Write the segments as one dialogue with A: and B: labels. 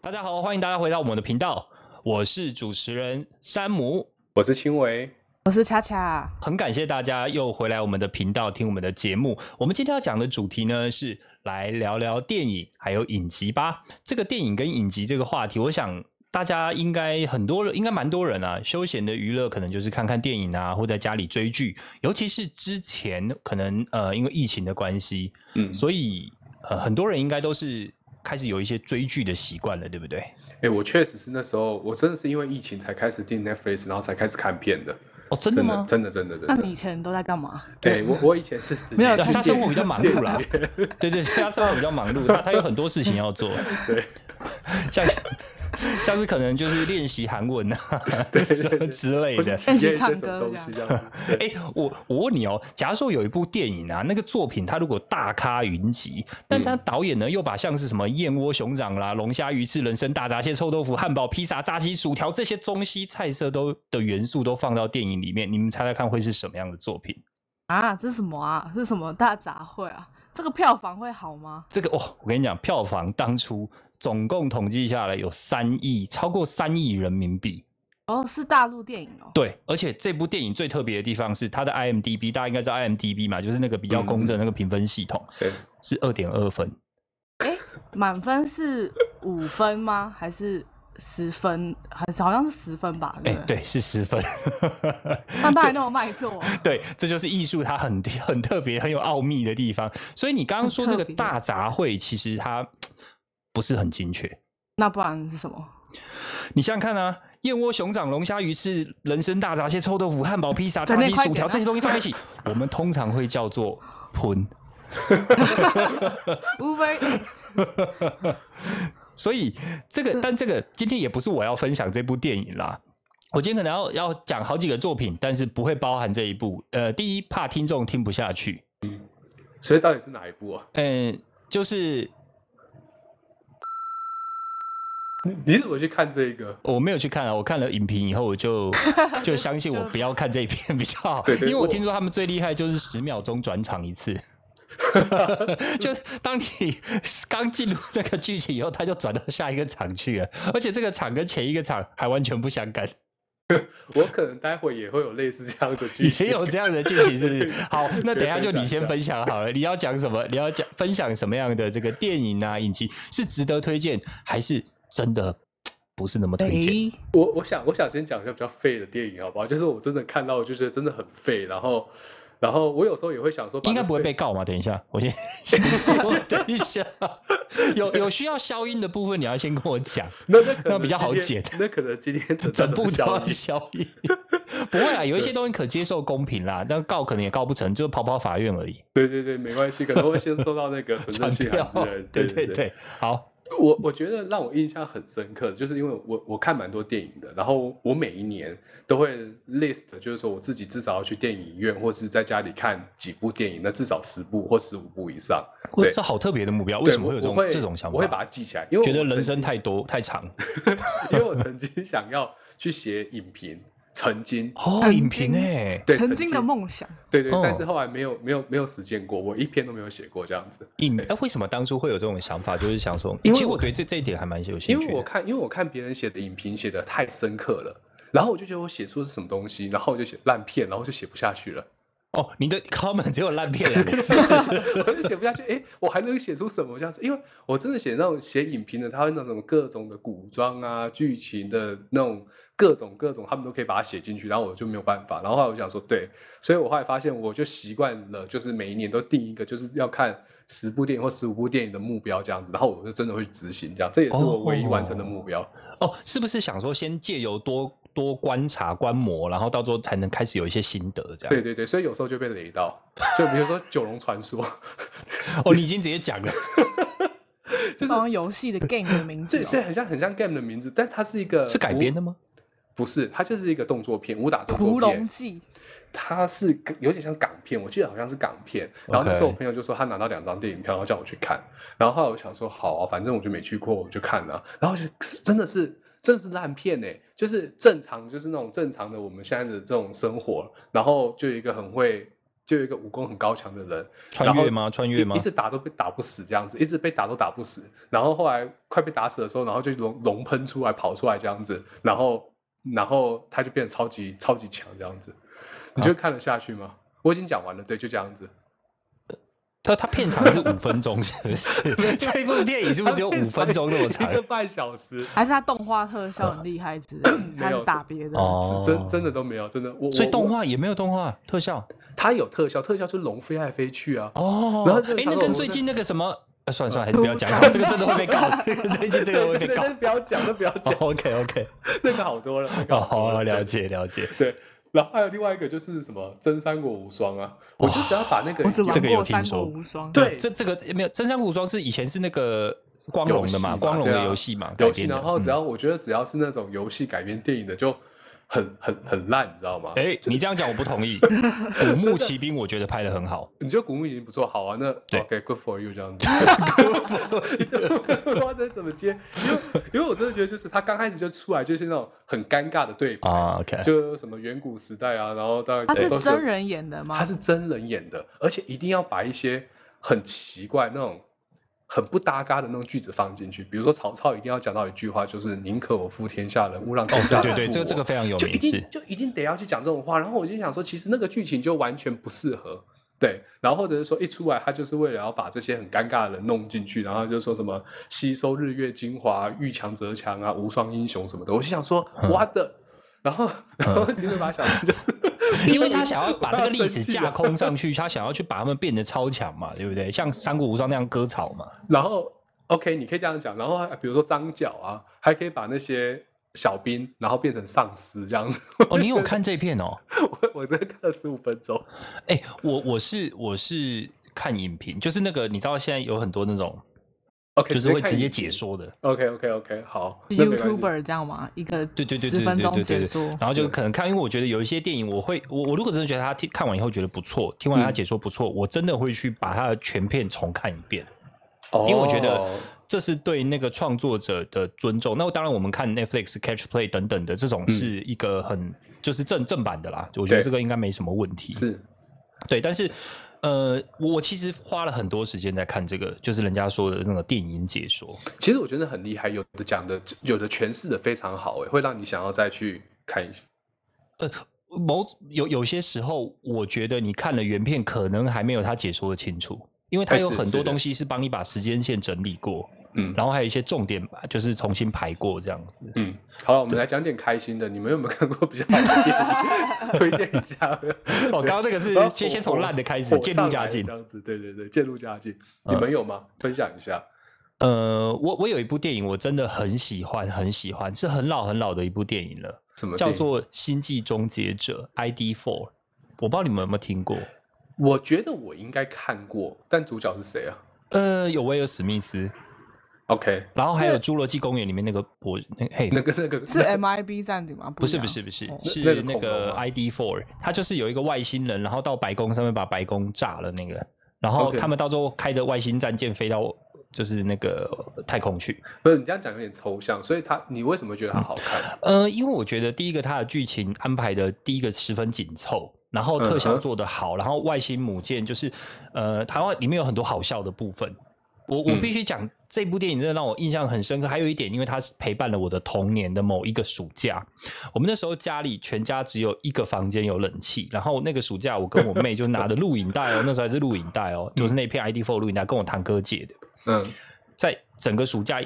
A: 大家好，欢迎大家回到我们的频道，我是主持人山姆。
B: 我是青维，
C: 我是恰恰，
A: 很感谢大家又回来我们的频道听我们的节目。我们今天要讲的主题呢是来聊聊电影还有影集吧。这个电影跟影集这个话题，我想大家应该很多人，应该蛮多人啊。休闲的娱乐可能就是看看电影啊，或在家里追剧。尤其是之前可能呃因为疫情的关系，
B: 嗯，
A: 所以呃很多人应该都是开始有一些追剧的习惯了，对不对？
B: 哎、我确实是那时候，我真的是因为疫情才开始订 Netflix，然后才开始看片的，
A: 哦，真的
B: 真的
A: 吗？
B: 真的真的真
C: 那
B: 的
C: 你以。前都在干嘛？
B: 哎、我我以前是直
C: 没
B: 接
C: 有
A: 对
C: 看
A: 他
C: 电
A: 生
C: 影
A: 活比较忙碌啦，对对，对他生活比较忙碌，他他有很多事情要做，
B: 对，
A: 像像是可能就是练习韩文啊，
B: 对对
A: 什么 之类
B: 或者
A: 的。
B: 体验一些
C: 唱
B: 什么
C: 歌
B: 东
C: 这
B: 西
C: 样
B: 这样子。对
A: 哎、我我问你哦，假如说有一部电影啊，那个作品它如果大咖云集，但它导演呢又把像是什么燕窝熊掌啦、龙虾鱼翅、人参大闸蟹、臭豆腐、汉堡、披萨、炸鸡、薯条这些中西菜色都的元素都放到电影里面，你们猜猜看会是什么样的作品？
C: 啊，这是什么啊？这是什么大杂烩啊？这个票房会好吗？
A: 这个哦，我跟你讲，票房当初总共统计下来有三亿，超过三亿人民币。
C: 哦，是大陆电影哦。
A: 对，而且这部电影最特别的地方是它的 IMDB，大家应该知道 IMDB 嘛，就是那个比
C: 嗯
A: 较公正的那个评分系统，
B: 对，
A: 是二点二分，
C: 哎，满分是五分吗？还是十分？还是好像是十分吧？
A: 哎、
C: 对不对。
A: 对，是十 分。
C: 那当然那我卖座。
A: 对，这就是艺术它很很特别、很有奥秘的地方。所以你刚刚说这个
C: 很特别
A: 大杂烩，其实它不是很精确。
C: 那不然是什么？
A: 你想想看啊，燕窝、熊掌、龙虾、鱼翅、人参、大闸蟹、臭豆腐、汉堡、披萨、炸
C: 整
A: 鸡
C: 点、快
A: 薯
C: 点
A: 条
C: 啊
A: 这些东西放在一 起，我们通常会叫做喷。
C: Uber Eats
A: 所以这个，但这个今天也不是我要分享这部电影啦。我今天可能要要讲好几个作品，但是不会包含这一部。呃，第一怕听众听不下去，
B: 所以到底是哪一部啊？
A: 嗯、就是
B: 你你怎么去看这个？
A: 我没有去看啊，我看了影评以后，我就就相信我不要看这一篇 比较好，
B: 对对
A: 因为我
B: 我
A: 听说他们最厉害就是十秒钟转场一 次。就当你刚进入那个剧情以后，他就转到下一个场去了，而且这个场跟前一个场还完全不相 干。
B: 我可能待会也会有类似这样的
A: 以
B: 剧情
A: 前。有这样的剧情是 不是？好，那等一下就你先
B: 分
A: 分享好了。你要讲什么？你要讲分享什么样的这个电影啊、影集是值得推荐，还是真的不是那么推荐？
C: 诶
B: 我我想我想先讲一下比较废的电影，好不好？就是我真的看到，我就觉得真的很废。然后，然后我有时候也会想说，
A: 应该不会被。告嘛？等一下，我先先说，等一下，有有需要消音的部分，你要先跟我讲，
B: 那那可
A: 那
B: 能
A: 比较好
B: 今天
A: 剪
B: 那可能今天整
A: 整
B: 段
A: 部都
B: 消
A: 要
B: 音
A: 消音。 不会啦，有一些东西可接受公平啦，但告可能也告不成，就跑跑法院而已，
B: 对对对，没关系，可能会先收到那个纯
A: 传
B: 正信
A: 票
B: 函之类的。。
A: 对
B: 对
A: 对对，好，
B: 我我觉得让我印象很深刻，就是因为我我看蛮多电影的，然后我每一年都会 list，就是说我自己至少要去电影院或是在家里看几部电影，那至少十部或十五部以上。
A: 哇
B: 对
A: 这好特别的目标，为
B: 对
A: 什么会有这
B: 我
A: 种
B: 会
A: 这种想法？
B: 我会把它记起来，因为
A: 觉得
B: 我曾
A: 人生
B: 经
A: 太多太长
B: 因为我曾经想要去写影评，曾 经
A: 哦，
C: 曾
A: 影评
C: 经
A: 哎，
B: 对
C: 曾经的，梦想，
B: 对对，
A: 哦
B: 但是后来没有没有没有实践过，我一篇都没有写过这样子。
A: 影哎，为什么当初会有这种想法？就是想说，
B: 因
A: 其
B: 为
A: 实
B: 我
A: 我对这这一点还蛮有兴
B: 因
A: 趣
B: 为我
A: 的。
B: 看，因为我看别人写的影评写的太深刻了，然后我就觉得我写出的是什么东西，然后我就写烂片，然后我就写不下去了，
A: 哦，你的 comment 只有烂片两个字，
B: 我就写不下去。诶，我还能写出什么这样子？因为我真的写那种写影评的，他会那种什么各种的古装啊、剧情的那种各种各种，他们都可以把它写进去，然后我就没有办法。然后后来我想说，对，所以我后来发现，我就习惯了，就是每一年都定一个，就是要看。十部电影或十五部电影的目标这样子，然后我就真的会执行这样，这也是我唯一完成的目标。
A: 哦，是不是想说先借由多多观察观摩，然后到最后才能开始有一些心得这样？
B: 对对对，所以有时候就被雷到，就比如说《九龙传说》
A: 哦，你已经直接讲了，
B: 就
C: 就是是游戏的 game 的名字
B: 对
C: 哦。
B: 对，很像很像 game 的名字，但它是一个
A: 啊是改
B: 武
A: 编的？吗？
B: 不是，它就是一个动作片，武打动
C: 屠
B: 作
C: 龙
B: 片。
C: 记
B: 它是个有点像港片，我记得好像是港片。然后那
A: OK
B: 时候我朋友就说他拿到两张电影票，然后叫我去看。然后后来我想说好啊，反正我就没去过，我就看了。然后就是真的是真的是烂片哎、就是正常就是那种正常的我们现在的这种生活，然后就有一个很会。就有一个武功很高强的人，
A: 穿越吗？穿越吗
B: 一？直打都被打不死这样子，一直被打都打不死。然后后来快被打死的时候，然后就龙龙喷出来跑出来这样子，然后然后他就变得超级超级强这样子，你觉
A: 啊
B: 得看得下去吗？我已经讲完了，对，就这样子。
A: 他他片长是五分钟，是不 是？ 这部电影是不是只有五分钟那么长
B: 一？个半小时，
C: 还是他动画特效很厉害之类的，
B: 没
C: 还
B: 有
C: 是打别的？
A: 哦
B: 是真真的都没有，真的我
A: 所以动
B: 我
A: 画也没有动画特效
B: 它有特效，特效就是龙飞来飞去啊。
A: 哦。
B: 然后就
A: 哎，那
B: 想说
A: 跟
B: 我
A: 最
B: 这
A: 近那个什么，呃算了算了，还是
C: 不
A: 不要讲了，
C: 敢
A: 这个真的会被告。这个最近这个会被
B: 对对
A: 告
B: 对。那不要讲，那不要讲，
A: OK OK，
B: 那个好多了。那个好多
A: 哦，了
B: 对
A: 解了解，
B: 对，然后还有另外一个就是什么真三国无双啊，我就只要把那个
C: 我
A: 这
C: 只玩
A: 个有
C: 过
A: 听
C: 三
A: 说
C: 国无双，
B: 对
A: 这这个没有《真三国无双》是以前是那个光
B: 游
A: 荣
B: 戏
A: 的嘛，
B: 嘛
A: 光荣
B: 对
A: 的
B: 啊
A: 游戏嘛改
B: 游戏，
A: 编的。
B: 然后
A: 嗯
B: 只要我觉得只要是那种游戏改编电影的就很很很烂，你知道吗？
A: 哎，你这样讲我不同 意，《古墓奇兵》我觉得拍的很好。
B: 你觉得古墓已经不错，好啊，那
A: 对
B: OK，good、for you 这样 子。 我不知道怎么接，因为因为我真的觉得就是他刚开始就出来就是那种很尴尬的对白，
A: 啊，OK，
B: 就什么远古时代啊，然后到
C: 他是
B: 都
C: 真人演的吗？
B: 他是真人演的，而且一定要把一些很奇怪那种很不搭嘎的那种句子放进去，比如说曹操一定要讲到一句话，就是“宁可我负天下人，勿让天下
A: 对
B: 人
A: 对对，
B: 负
A: 这个
B: 我
A: 这个非常有
B: 就一
A: 名，
B: 定
A: 是
B: 就一定得要去讲这种话。然后我就想说，其实那个剧情就完全不适合，对。然后或者是说，一出来他就是为了要把这些很尴尬的人弄进去，然后就说什么吸收日月精华，遇强则强啊，无双英雄什么的。我就想说，
A: 嗯
B: 我的。然后， 然后你就把它想成就是，
A: 因为他想要把这个历史架
B: 空。
A: 空上 去，他想要去把他们变得超强嘛，对不对？像《三国无双》那样割草 嘛。
B: 然后 OK，你可以这样讲，然后还比如说张角啊，还可以把那些小兵然后变成丧尸这样子。
A: 哦，你有看这片哦？
B: 我我真的看了十五分钟，
A: 哎、我我是我是看影评，就是那个你知道现在有很多那种
B: OK，
A: 就是会
B: 看
A: 直接
B: 影
A: 解
B: 评。
A: 说的，
B: OK OK OK，好
C: 是
B: 那没关系
C: YouTuber 这样吗？一个
A: 对对对
C: 十
A: 对
C: 分
A: 对
C: 钟
A: 对
C: 解
A: 对
C: 说
A: 对，，然后就
B: 对
A: 可能看，因为我觉得有一些电影，我会我我如果真的觉得他听看完以后觉得不错，听完他
B: 嗯
A: 解说不错，我真的会去把他的全片重看一遍。因为我觉得
B: 哦
A: 这是对那个创作者的尊重。那当然，我们看 Netflix、Catch Play 等等的这种是一个很、就是正正版的啦，我觉得
B: 嗯对
A: 这个应该没什么问题。
B: 是
A: 对，但是呃，我其实花了很多时间在看这个，就是人家说的那个电影解说。
B: 其实我觉得很厉害，有的讲的，有的诠释的非常好，哎，会让你想要再去看一下。
A: 某有有些时候，我觉得你看了原片，可能还没有他解说的清楚，因为他
B: 哎
A: 有
B: 是
A: 很
B: 是
A: 多
B: 的
A: 东西是帮你把时间线整理过，
B: 嗯
A: 然后还有一些重点吧，就是重新排过这样子。
B: 嗯，好了，我们来讲点开心的。你们有没有看过比较好的电影？推荐一下。
A: 哦，刚刚那个是
B: 然后
A: 先
B: 火
A: 先从烂的开始，
B: 火
A: 渐入
B: 上
A: 佳
B: 来
A: 境
B: 这。样子，对对对，渐入佳境。
A: 嗯
B: 你们有吗？分享一下。
A: 呃，我我有一部电影，我真的很喜欢，很喜欢，是很老很老的一部电影了，
B: 什么
A: 叫
B: 电影？
A: 做《星际终结者》（ID Four）。我不知道你们有没有听过？
B: 我觉得我应该看过，但主角是谁啊
A: 呃，有威尔史密斯，
B: ？OK，
A: 然后还有
C: 那
A: 《侏罗纪公园》里面那个博，那嘿，
B: 那个那个
C: 是 MIB 战警吗？
A: 不是
C: 一样
A: 不是不是
C: 哦，
A: 是
B: 那个
A: 那
B: 恐龙啊
A: 个
B: 吗
A: ID Four，他就是有一个外星人，然后到白宫上面把白宫炸了那个，然后
B: OK
A: 他们到最后开着外星战舰飞到就是那个太空去。
B: 不是你这样讲有点抽象，所以他你为什么觉得他好看？
A: 呃，因为我觉得第一个它的剧情安排的第一个十分紧凑，然后特
B: 嗯
A: 效
B: 哼
A: 做得好，然后外星母舰就是呃，台湾里面有很多好笑的部分。我我
B: 嗯
A: 必须讲，这部电影真的让我印象很深刻。还有一点，因为它是陪伴了我的童年的某一个暑假。我们那时候家里全家只有一个房间有冷气，然后那个暑假我跟我妹就拿着录影带哦，那时候还是录影带哦，就是那片 ID Four 录影带，跟我堂哥借的。
B: 嗯，
A: 在整个暑假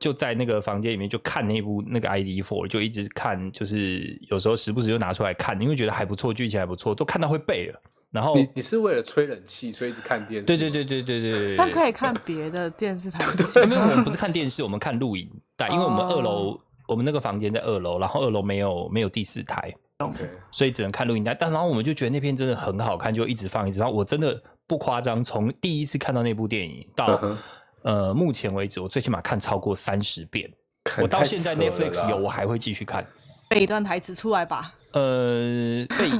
A: 就在那个房间里面就看那部那个 ID Four，就一直看，就是有时候时不时就拿出来看，因为觉得还不错，剧情还不错，都看到会背了。然后，
B: 你你是为了吹冷气，所以一直看电视？
A: 对对对对对对对，
C: 但可
A: 以。
C: 以看别的电视台。
A: 没有，我们不是看电视，我们看录影带，因为我们
C: 哦
A: 二楼，我们那个房间在二楼，然后二楼没有没有第四台，
B: ，OK，
A: 所以只能看录影带。但然后我们就觉得那片真的很好看，就一直放一直放。我真的不夸张，从第一次看到那部电影
B: 嗯
A: 到
B: 哼
A: 呃目前为止，我最起码看超过三十遍。
B: 看
A: 我到
B: 太
A: 现在
B: 扯了
A: Netflix
B: 啦
A: 有，我还会继续看。
C: 背一段台词出来吧。
A: 呃， 被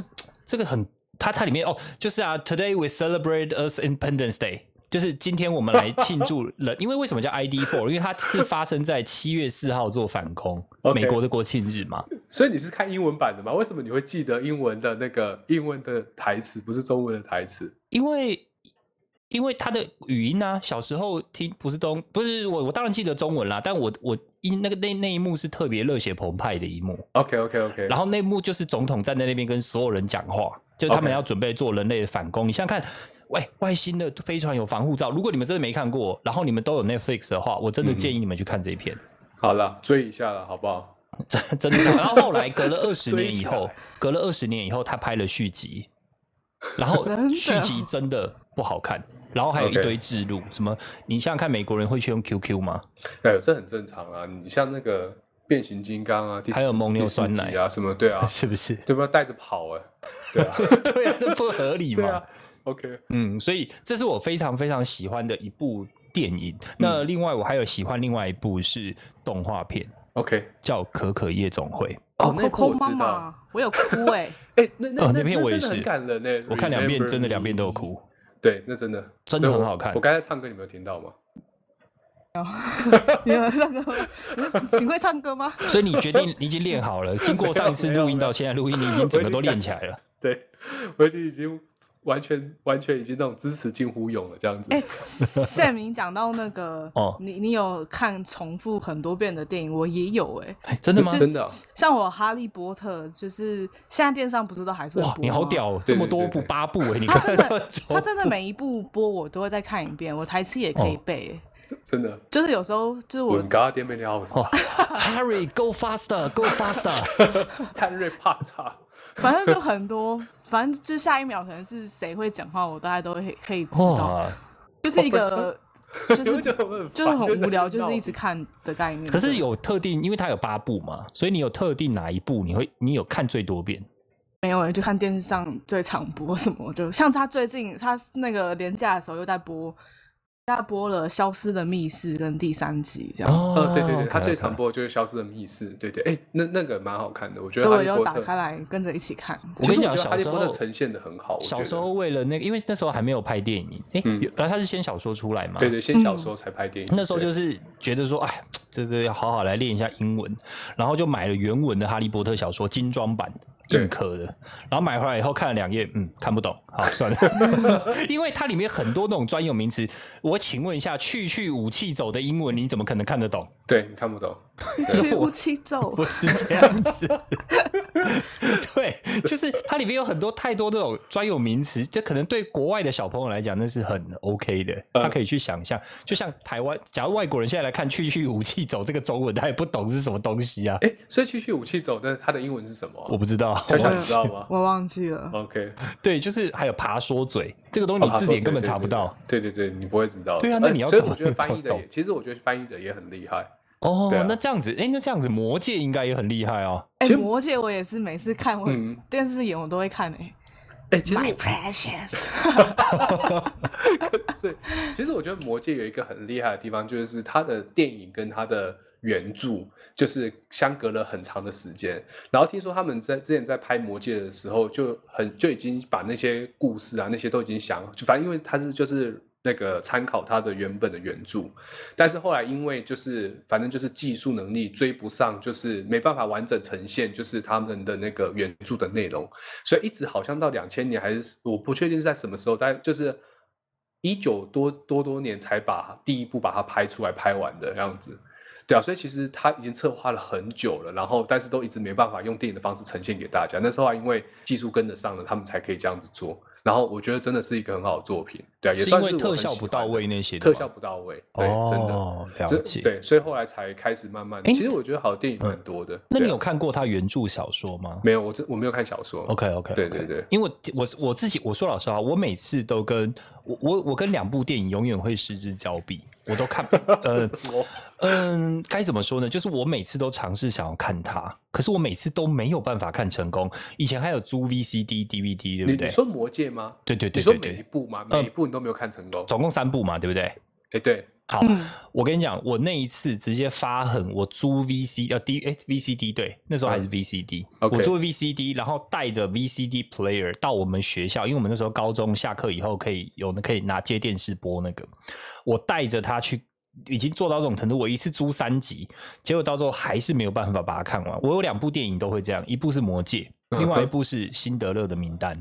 A: 这个很，它它里面哦，就是啊，Today we celebrate us Independence Day。就是今天我们来庆祝 了，因为为什么叫 ID Four？因为它是发生在七月四号做反攻
B: OK
A: 美国的国庆日嘛。
B: 所以你是看英文版的吗？为什么你会记得英文的那个英文的台词，不是中文的台词？
A: 因为因为他的语音啊，小时候听不是东不是我我当然记得中文啦，但我我因那个那那一幕是特别热血澎湃的一幕，
B: OK OK OK，
A: 然后那一幕就是总统站在那边跟所有人讲话，就他们
B: OK
A: 要准备做人类的反攻。你想想看，喂，外星的飞船有防护罩，如果你们真的没看过，然后你们都有 Netflix 的话，我真的
B: 嗯
A: 建议你们去看这一片，
B: 好了，追一下了，好不好？
A: 真真的是。然后后来隔了二十
B: 追
A: 年以
B: 起
A: 后
B: 来，
A: 隔了二十年以后，他拍了续集，然 后
C: 真的
A: 续集真的不好看，然后还有一
B: OK
A: 堆置入，什么你想想看，美国人会去用 QQ 吗？
B: 哎，这很正常啊。你像那个变形金刚啊，第四
A: 还有蒙牛
B: 第四
A: 酸奶，
B: 集啊，什么对 啊
A: 是不是？
B: 对吧？带着跑 哎、对啊，
A: 对啊，这不合理嘛。
B: 对啊，OK，
A: 嗯，所以这是我非常非常喜欢的一部电影。那另外我还有喜欢另外一部是动画片，
B: OK，
A: 叫《可可夜总会》，
B: 哦，那部
C: 扣扣
B: 我
C: 妈
B: 知道。
C: 妈，我有哭 哎、
B: 哎、那那、
A: 哦
B: 那
A: 那片我也
B: 真的很
A: 是
B: 感人呢、
A: 我看两遍
B: Remember
A: 真的两遍都有
B: Me
A: 哭，
B: 对，那真的
A: 真的
B: 对
A: 很
B: 我
A: 好看
B: 我刚才唱歌，你没有听到吗？
C: 你们唱歌，你会唱 歌吗？
A: 所以你决定你已经练好了。经过上一次录音到现在录音，你已经整个都练起来了。
B: 对，我已经已经完全完全已经那种支持近乎勇了这样子。
C: 哎、赛明讲到那个，
A: 哦
C: 你你有看重复很多遍的电影，我也有哎、
A: 哎真的吗
B: 是？真的啊、
C: 像我《哈利波特》，就是现在电商不是都还是会播
A: 哇，你好
C: 吗！
A: 屌、哦，
B: 对
A: 这么多部
B: 对对对
A: 八部哎、你
C: 他
A: 看
C: 真的，他
A: 这
C: 真的每一部播我都会再看一遍，我台词也可以
A: 哦
C: 背欸、
B: 真的。
C: 就是有时候就是我
B: 文嘎点美的 house，
A: 哦，Harry go faster go faster。
B: 汉瑞帕查。
C: 反正就很多，反正就下一秒可能是谁会讲话，我大概都会可以知道，
A: 哇！
C: 就是
B: 哦
C: 一个就
B: 我
C: 是
B: 觉得我很烦
C: 就是很无聊，
B: 就
C: 就是是一直看的概念。
A: 可是有特定，因为它有八部嘛，所以你有特定哪一部你会你有看最多遍？
C: 没有人就看电视上最常播什么，就像他最近他那个廉假的时候又在播，在播了《消失的密室》跟第三集这样。
A: 哦
B: 呃，对对对，他最
A: 常
B: 常播的就是《消失的密室》，对对，哎，那那个蛮好看的，我觉得《
C: 对，
B: 哈
C: 我
B: 利
C: 又
B: 波
C: 打
B: 特
C: 开》。来跟着一 起看。
A: 我跟你
B: 其实
A: 讲，
B: 觉得
A: 小
B: 哈利
A: 时
B: 波特
A: 候
B: 呈现的很好，我
A: 小
B: 觉
A: 时
B: 得
A: 候为了那个，因为那时候还没有拍电影，哎、
B: 嗯
A: 有然后他是先小说出来嘛，
B: 对对，先
C: 嗯
B: 小时候才拍电影，
A: 那时候
B: 对
A: 就是觉得说，哎，这个要好好来练一下英文，然后就买了原文的《哈利波特》小说精装版
B: 对
A: 硬壳的，然后买回来以后看了两页，嗯，看不懂，好算了， 因为它里面很多那种专有名词，我请问一下，去去武器走的英文你怎么可能看得懂？
B: 对你看不懂，
C: 去乌七咒，
A: 不是这样子，对，就是它里面有很多太多那种专有名词，这可能对国外的小朋友来讲那是很 OK 的，
B: 嗯
A: 他可以去想象。就像台湾，假如外国人现在来看“去去武器走”这个中文，他也不懂是什么东西啊，
B: 哎，所以《区区武器走》的它的英文是什么啊？
A: 我不知道。
B: 小小
C: 我
B: 你知道吗
C: 我忘记了。
B: ？OK，
A: 对，就是还有爬说嘴这个东西，哦你字典根本查不到。
B: 对对对，你不会知道的。
A: 对啊那
B: 呃
A: 你要
B: 所以
A: 怎么
B: 我觉 得翻
A: 怎么
B: 译的也，
A: 懂
B: 其实我觉得翻译的也很厉害。
A: 哦
B: 对啊，
A: 那这样子，哎，那这样子，魔界应该也很厉害哦。
C: 哎，
B: 其
C: 《
B: 实
C: 魔戒》我也是每次看，我
B: 嗯
C: 电视演我都会看哎。
B: 哎，其实
C: My precious，
B: 所以，其实我觉得《魔戒》有一个很厉害的地方，就是它的电影跟它的原著就是相隔了很长的时间。然后听说他们在之前在拍《魔戒》的时候，就很就已经把那些故事啊那些都已经想，就反正因为它是就是那个参考它的原本的原著，但是后来因为就是反正就是技术能力追不上，就是没办法完整呈现就是他们的那个原著的内容，所以一直好像到两千年还是我不确定是在什么时候，但就是一九多多多年才把第一部把它拍出来拍完的样子。对啊，所以其实他已经策划了很久了，然后但是都一直没办法用电影的方式呈现给大家。那时候啊因为技术跟得上了，他们才可以这样子做。然后我觉得真的是一个很好的作品，对啊，也
A: 是
B: 算
A: 因为
B: 我
A: 特
B: 很
A: 效
B: 喜
A: 不
B: 欢
A: 到
B: 的
A: 位那些的
B: 特
A: 吗
B: 效不到位，对，真的。
A: 哦，了
B: 所以
A: 解。
B: 对，所以后来才开始慢慢。
A: 诶嗯
B: 其实我觉得好的电影蛮多的。
A: 那
B: 对
A: 你
B: 啊
A: 有哦看过他原著小说吗？
B: 没有？我这我没有看小说。
A: OK OK，
B: 对对对
A: 因为我我是我自己我说老实话，我每次都跟我我我跟两部电影永远会失之交臂，我都 看呃
B: 什么
A: 嗯该怎么说呢？就是我每次都尝试想要看它，可是我每次都没有办法看成功。以前还有租 VCD、DVD，对
B: 你
A: 不
B: 你
A: 对？
B: 说《魔戒》吗？
A: 对对
B: 你
A: 对
B: 说
A: 对
B: 每
A: 对，
B: 一部吗？
A: 呃
B: 每一部你都没有看成功？
A: 总共三部嘛，对不对？
B: 哎，对，
A: 好，
C: 嗯，
A: 我跟你讲，我那一次直接发狠，我租 VC 呃 D 哎 VCD 对，那时候还是
B: 嗯
A: VCD，、
B: OK
A: 我租 VCD，然后带着 VCD player 到我们学校，因为我们那时候高中下课以后可以有可以拿接电视播那个，我带着它去已经做到这种程度，我一次租三集，结果到最后还是没有办法把它看完。我有两部电影都会这样，一部是《魔戒》，另外一部是《辛德勒的名单》。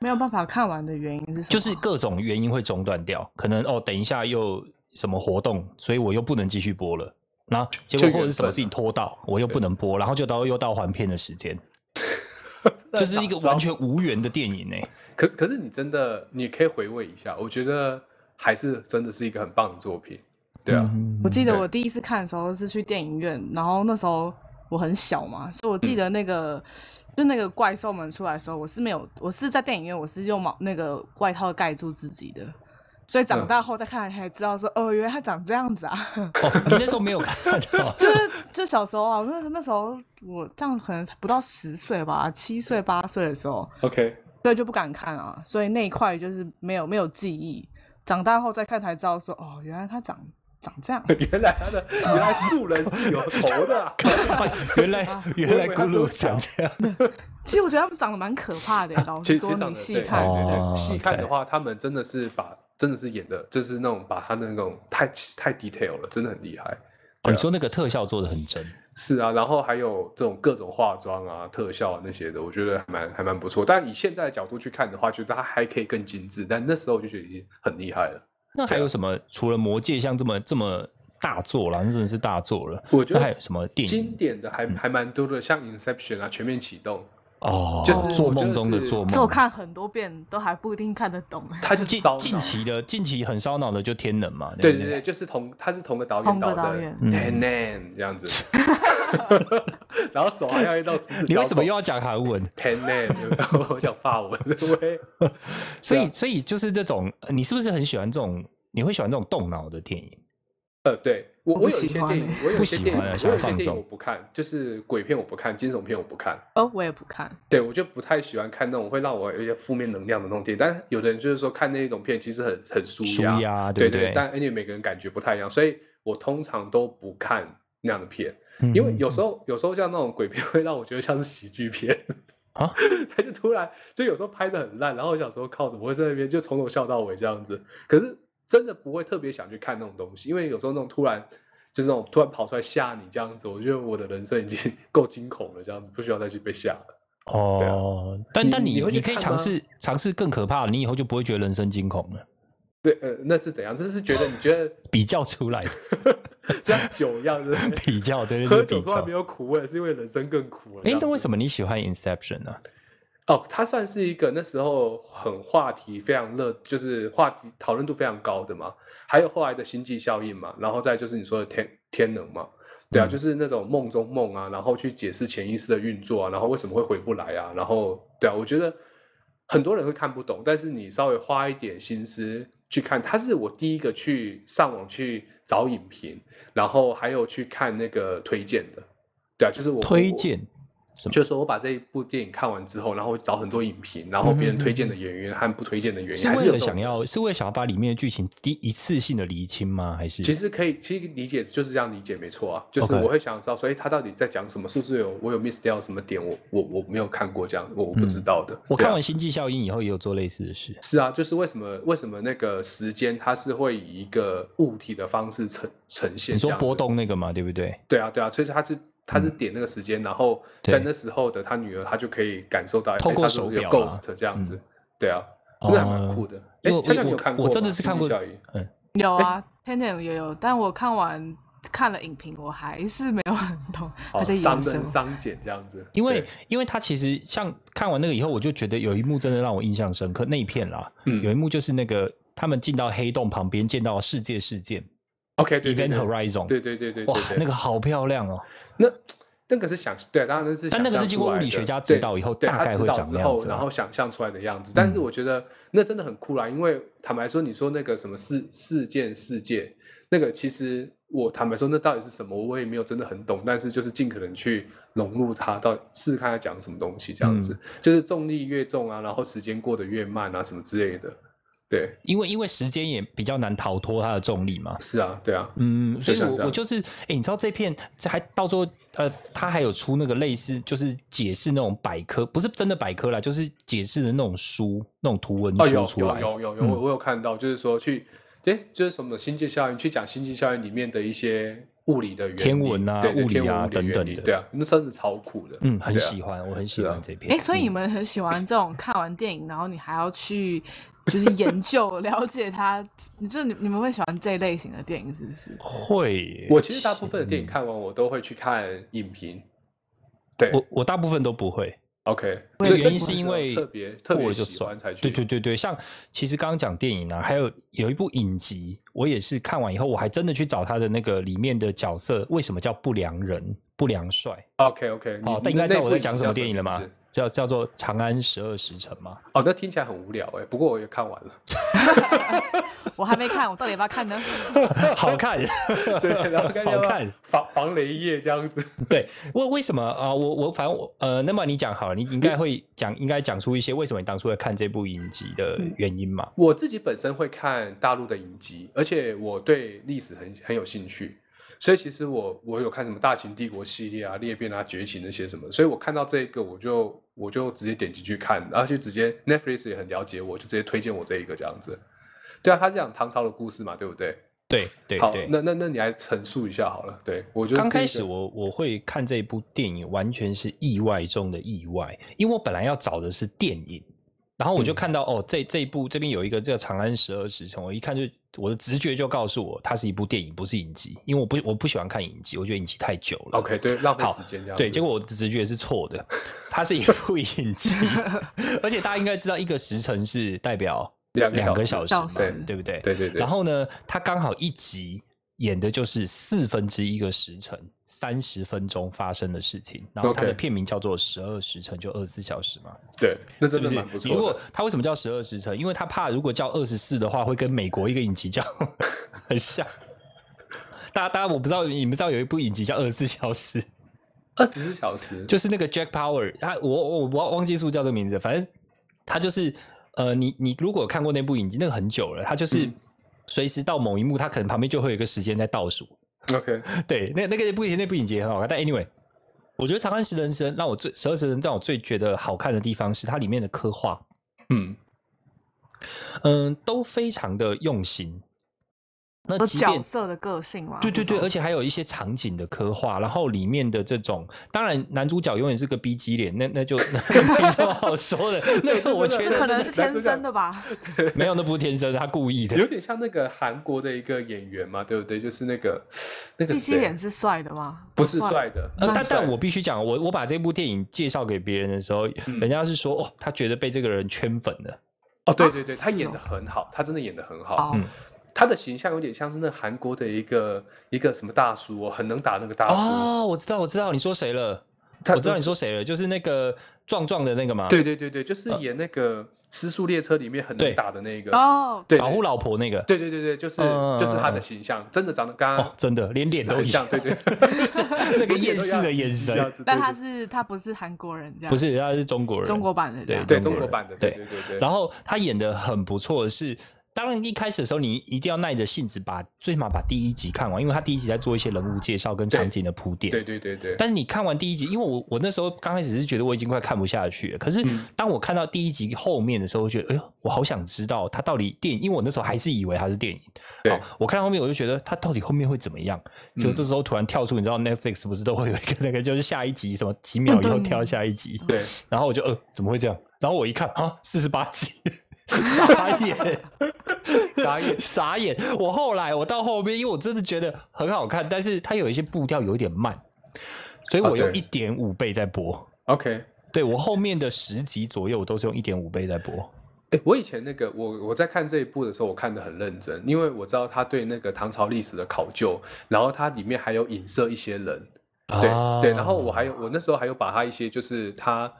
C: 没有办法看完的原因是什么？
A: 就是各种原因会中断掉，可能哦，等一下又什么活动，所以我又不能继续播了。然后结果
B: 就
A: 或者是什么
B: 缘分
A: 事情
B: 啊
A: 拖到，我又不能播，然后就到又到还片的时 间，就是一个完全无缘的电影呢、欸
B: 可是可是你真的，你可以回味一下，我觉得还是真的是一个很棒的作品。对啊，
A: 嗯
C: 我记得
B: 对
C: 我第一次看的时候是去电影院，然后那时候我很小嘛，所以我记得
A: 嗯
C: 那个、就那个怪兽们出来的时候，我是没有，我是在电影院，我是用毛那个外套盖住自己的，所以长
B: 嗯
C: 大后再看才知道说，哦，原来它长这样子啊，，
A: 哦，你那时候没有看到哦
C: 就是就小时候啊，那那时候我这样可能才不到十岁吧，七岁八岁的时候，
B: OK，
C: 对，就不敢看啊，所以那一块就是没有没有记忆，长大后再看才知道说，哦，原来它长长这样。
B: 原来他的原来素人是有头的啊、
A: 原 来原来咕噜长这样。
C: 其实我觉得他们长得蛮可怕的耶，老
B: 其
C: 实
B: 实其
C: 说
B: 实长
C: 你
B: 得
C: 细
B: 对
C: 看，
B: 对对
A: 哦
B: 对，细看的
A: OK
B: 话，他们真的是把真的是演的，就是那种把他那种太太 detail 了，真的很厉害。
A: 哦，你说那个特效做的很真，
B: 是啊，然后还有这种各种化妆啊、特效啊那些的，我觉得还蛮还蛮不错。但以现在的角度去看的话，觉得它还可以更精致，但那时候就觉得已经很厉害了。
A: 那还有什么？除了《魔戒》像这么这么大作啦，那真的是大作了。
B: 我觉
A: 那
B: 得
A: 还有什么电
B: 经
A: 影？嗯
B: 典的还还蛮多的，像《Inception》啊，《全面启动》，
A: 哦，
B: 就是
A: 做
B: 我觉
A: 梦
B: 得
A: 中的
B: 是
A: 做
C: 这我
A: 梦。
C: 看很多遍都还不一定看得懂。
B: 它 就
A: 近
B: 烧脑
A: 近期的近期很烧脑的嗯就天能嘛，
B: 对
A: 不
B: 对对，就是同他是同个导
C: 同
B: 演
C: 个
B: 导
C: 导
B: 的
C: 演
B: 《Tenan》这样子， 然后手还要一到十指交扣。
A: 你为什么又要讲韩文？
B: Tenan？我 想发文，喂，
A: 所以
B: 对啊
A: 所以就是这种，呃你是不是很喜欢这种？你会喜欢这种动脑的电影？
B: 呃，对我
C: 我
B: 我有
C: 不
B: 一
C: 喜
B: 些
C: 欢
B: 电影
C: 欸，
B: 我有
A: 不
B: 一些
A: 喜
B: 电影，
A: 欢啊
B: 我
A: 想
B: 有一些
A: 放
B: 电影
A: 松
B: 我不看，就是鬼片我不看，惊悚片我不看。
C: 呃，我也不看，
B: 对，我就不太喜欢看那种会让我有一些负面能量的那种电影。但是有的人就是说看那一种片其实很很舒
A: 舒
B: 压，
A: 压对
B: 对
A: 不对
B: 但因为每个人感觉不太一样，所以我通常都不看那样的片，
A: 嗯
B: 因为有时候有时候像那种鬼片会让我觉得像是喜剧片
A: 啊，
B: 他就突然就有时候拍的很烂，然后我想说靠，怎么会在那边就从头笑到尾这样子？可是真的不会特别想去看那种东西，因为有时候那种突然。就是那种突然跑出来吓你这样子，我觉得我的人生已经 够惊恐了，这样子不需要再去被吓了。对啊
A: 哦，但
B: 你
A: 但你
B: 你会去
A: 你可以
B: 看
A: 尝
B: 吗
A: 试尝试更可怕的，你以后就不会觉得人生惊恐了。
B: 对，呃，那是怎样？这是觉得你觉得
A: 比较出来的，
B: 像酒一样，是不是
A: 比较对对
B: 喝
A: 对，
B: 酒
A: 比
B: 突然
A: 较
B: 没。有苦味，是因为人生更苦了。
A: 哎，那为什
B: 么？
A: 么你喜欢 Inception 啊呢？
B: 哦，它算是一个那时候很话题非常热，就是话题讨论度非常高的嘛。还有后来的星际效应嘛，然后再就是你说的天天能嘛。对啊，
A: 嗯
B: 就是那种梦中梦啊，然后去解释潜意识的运作啊，然后为什么会回不来啊，然后对啊，我觉得很多人会看不懂，但是你稍微花一点心思去看，它是我第一个去上网去找影评，然后还有去看那个推荐的，对啊，就是我
A: 推
B: 我
A: 荐什么？
B: 就是说我把这一部电影看完之后，然后找很多影评，然
A: 嗯
B: 后别人推荐的原因和不推荐的原因，
A: 是
B: 还
A: 为
B: 有
A: 了
B: 这种
A: 想。要是为了想要把里面的剧情第一次性的厘清吗？还是
B: 其实可以，其实理解就是这样理解，没错啊。就是
A: OK
B: 我会想知道说，哎，他到底在讲什么？是不是有我有 miss 掉什么点？我我我没有看过这样，我我不知道的。
A: 嗯我
B: 对啊
A: 看完《星际效应》以后也有做类似的事。
B: 是啊，就是为什么为什么那个时间它是会以一个物体的方式呈呈现？
A: 你说波？动那个嘛，对不对？
B: 对啊，对啊，所以他是他是点那个时间，然后在
A: 嗯对
B: 那时候的他女儿，她就可以感受到，
A: 透
B: 诶
A: 过
B: 她就是
A: 手
B: 有
A: 表啊
B: ghost 这样子。对啊，
A: 哦
B: 那还蛮酷的。哎、
A: 因为
B: 恰恰
A: 我
B: 你有
A: 我
B: 看过
A: 我
B: 吗？
A: 真的是看过
B: 经济效益，
A: 嗯，
C: 有啊，天天也有，但我看完看了影评，我还是没有很懂他
B: 哦，
C: 在
B: 伤
C: 演什
B: 人
C: 么。
B: 伤减这样子。
A: 因为
B: 对
A: 因为他其实像看完那个以后，我就觉得有一幕真的让我印象深刻，那一片啦，有一
B: 嗯
A: 幕就是那个他们进到黑洞旁边见到世界事件
B: ，OK，对对
A: （Event
B: 对
A: Horizon），
B: 对对对对对
A: 哇，
B: 对
A: 那个好漂亮哦！
B: 那那个是想对啊，当然那是
A: 但那个
B: 想象
A: 是经过
B: 出来
A: 物理
B: 的
A: 学家
B: 对
A: 指导以后
B: 对
A: 大
B: 他
A: 概
B: 指
A: 会
B: 导
A: 长
B: 之
A: 那样
B: 后
A: 子
B: 然
A: 啊
B: 后想象出来的样子。但是我觉得那真的很酷啦，因为坦白说，你说那个什么事事件世界，那个其实我坦白说，那到底是什么，我也没有真的很懂，但是就是尽可能去融入它，到试试看它讲什么东西这样
A: 嗯
B: 子，就是重力越重啊，然后时间过得越慢啊，什么之类的。对，
A: 因为因为时间也比较难逃脱它的重力嘛。
B: 是啊，对啊，
A: 嗯，所以
B: 就像这
A: 我
B: 样
A: 我就是，哎、你知道这片这还到最后，呃，它还有出那个类似就是解释那种百科，不是真的百科啦，就是解释的那种书，那种图文
B: 哦，
A: 书
B: 有
A: 出来。
B: 有有有有，
A: 嗯
B: 我我有看到，就是说去对，就是什么《星际效应》去讲《星际效应》里面的一些物理的原理、
A: 天文啊
B: 对对
A: 物理啊
B: 天文
A: 等
B: 原
A: 等
B: 理
A: 的
B: 对啊，那真的超酷的。
A: 嗯，很
B: 对啊
A: 喜欢，我很喜
B: 是啊
A: 欢这篇。
C: 哎、所以你
A: 嗯
C: 们很喜欢这种看完电影，然后你还要去就是研究了解它，就是你你们会喜欢这一类型的电影是不是？
A: 会耶，
B: 我其实大部分的电影
A: 嗯
B: 看完，我都会去看影评。对
A: 我我大部分都不会，
B: ，OK，
C: 我也
B: 所以
C: 是
A: 原因
C: 不
A: 是因为
B: 特别特
A: 过
B: 别
A: 了就
B: 喜
A: 算
B: 欢才去。
A: 对对对对，像其实刚刚讲电影啊，还有有一部影集，我也是看完以后，我还真的去找他的那个里面的角色为什么叫不良人、不良帅。
B: ，OK OK，
A: 哦，
B: 那
A: 但应该知道我在讲什
B: 什
A: 么电影了
B: 吗
A: 吗？？叫叫做《长安十二时辰》吗？
B: 哦，那听起来很无聊哎，不过我也看完了。
C: 我还没看，我到底要不要看呢？
A: 好看，
B: 对，然后刚才
A: 好
B: 要
A: 看。
B: 防防雷夜这样子。
A: 对，为为什么啊、我我反正我呃，那么你讲好了，你应该会讲，应该讲出一些为什么你当初会看这部影集的
B: 嗯
A: 原因嘛？
B: 我自己本身会看大陆的影集，而且我对历史很很有兴趣，所以其实我我有看什么大秦帝国系列啊、裂变啊、崛起那些什么，所以我看到这个我就我就直接点进去看，然后就直接 Netflix 也很了解我，就直接推荐我这一个这样子。对啊，他讲唐朝的故事嘛，对不对？
A: 对对
B: 好
A: 对，。
B: 那那那你来陈述一下好了。对我觉得
A: 刚开始我我会看这部电影，完全是意外中的意外，因为我本来要找的是电影，然后我就
B: 嗯
A: 看到、哦，这这一部这边有一个这个《长安十二时辰》，我一看就我的直觉就告诉我，它是一部电影，不是影集，因为我不我不喜欢看影集，我觉得影集太久了。
B: OK 对浪费
A: 好
B: 时间这样子。
A: 对，结果我的直觉是错的，它是一部影 集，而且大家应该知道，一个时辰是代表
B: 两个
A: 个
B: 小
A: 小
B: 时
A: 时嘛，
C: 对
A: 对不对？
B: 对对对，
A: 然后呢，它刚好一集演的就是四分之一个时辰，三十分钟发生的事情。然后它的
B: OK
A: 片名叫做《十二时辰》，就二十四小时嘛，
B: 对，那
A: 是
B: 真
A: 不
B: 的
A: 是
B: 蛮不？错
A: 你
B: 的。
A: 如果它为什么叫十二时辰？因为他怕如果叫二十四的话，会跟美国一个影集叫 很像。大家，大家，我不知道你们知道有一部影集叫《二十四小时》，
B: 二十四小时
A: 就是那个 Jack Power，他我我我忘忘记是不是叫这个名字，反正他就是呃，你你如果有看过那部影集，那个很久了，他就是
B: 嗯
A: 随时到某一幕，他可能旁边就会有一个时间在倒数。
B: OK
A: 嗯对，那那个部影集那部影集也很好看，但 anyway，我觉得《长安十人生》让我最十二时辰让我最觉得好看的地方是它里面的刻画，
B: 嗯。
A: 嗯，都非常的用心。那
C: 有
A: 即便
C: 角色的个性嘛？
A: 对对对，而
C: 且
A: 且还有一些场景的刻画，然后里面的这种，当然男主角永远是个逼鸡脸，那那就那个没什么好说 的，那个我觉
C: 这
A: 得
C: 可
A: 是
C: 能是天生的吧？
A: 没有，那不是天生的，他故意的。
B: 有点像那个韩国的一个演员嘛，对不对？就是那个那个
C: 毕
B: 谁啊
C: 竟脸是帅的吗？
B: 不是帅的，
A: 呃
B: 不
A: 但
B: 是帅
A: 但
B: 的
A: 我必须讲，我我把这部电影介绍给别人的时候，
B: 嗯
A: 人家是说哦，他觉得被这个人圈粉了。
B: 哦，对
C: 啊
B: 对对，
C: 是
B: 他演
C: 哦
B: 的很好，他真的演的很好。
C: 哦
A: 嗯，
B: 他的形象有点像是那韩国的一个一个什么大叔、哦，很能打那个大叔。
A: 哦，我知道，我知道你说谁了，
B: 他
A: 我知道你说谁了，就是那个壮壮的那个嘛，
B: 对，对对对，就是演那个《失速列车》里面很
A: 对
B: 能打的那个。
C: 哦，
B: 对，对啊
A: 保护。老婆那个。
B: 对对对对，就是
A: 嗯
B: 就是他
A: 嗯嗯
B: 的形象，真的长得跟
A: 哦，
B: 他
A: 真的，连脸都
B: 很
A: 一样
B: 像，，对对，
A: 那个厌世的眼神
B: 这 样子
C: 但
B: 对
C: 他
B: 对
C: 是他不是韩国人，这样
A: 不是，他是中国人，
C: 中国版的这样。
B: 对
A: 中
B: 中
A: 国
B: 国
A: 人
B: 版的，
A: 对
B: 对对对对。
A: 然后他演的很不错的是，当然一开始的时候，你一定要耐着性子把最起码把第一集看完，因为他第一集在做一些人物介绍跟场景的铺垫。
B: 对对对对，
A: 但是你看完第一集，因为我我那时候刚开始是觉得我已经快看不下去了，可是
B: 嗯
A: 当我看到第一集后面的时候，我觉得哎呦，我好想知道他到底电影，因为我那时候还是以为他是电影。
B: 对
A: 好我看到后面我就觉得他到底后面会怎么样？就
B: 嗯
A: 这时候突然跳出，你知道 Netflix 不是都会有一个那个就是下一集什么几秒以后
C: 噔噔
A: 跳下一集，
B: 对，
A: 然后我就呃怎么会这样？然后我一看啊，四十八集， 傻眼，
B: 傻眼
A: 傻眼。我后来我到后面，因为我真的觉得很好看，但是它有一些步调有一点慢，所以
B: 啊
A: 我用
B: 对
A: 一点五倍在播。
B: ，OK。
A: 对我后面的十集左右，我都是用一点五倍在播。
B: 哎，我以前那个我我在看这一部的时候，我看得很认真，因为我知道他对那个唐朝历史的考究，然后它里面还有影射一些人，对、
A: 啊
B: 对，然后我还有我那时候还有把他一些就是他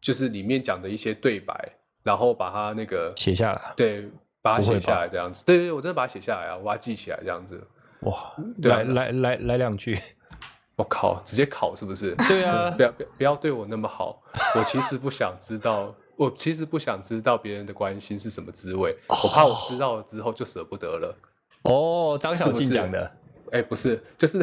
B: 就是里面讲的一些对白，然后把它那个
A: 写下来，
B: 对把它
A: 不会
B: 写下
A: 吧
B: 来这样子，对对，对我真的把它写下来啊，我把它记起来这样子，
A: 哇，
B: 对啊
A: 来来来来两 句，
B: 我靠，直接考是不是？
A: 对啊
B: 不，要不要不要对我那么好，我其实不想知道，我其实不想知道别人的关心是什么滋味，我怕我知道了之后就舍不得了。
A: 哦，张小
B: 是不
A: 静
B: 是
A: 讲的，
B: 哎，不是，就是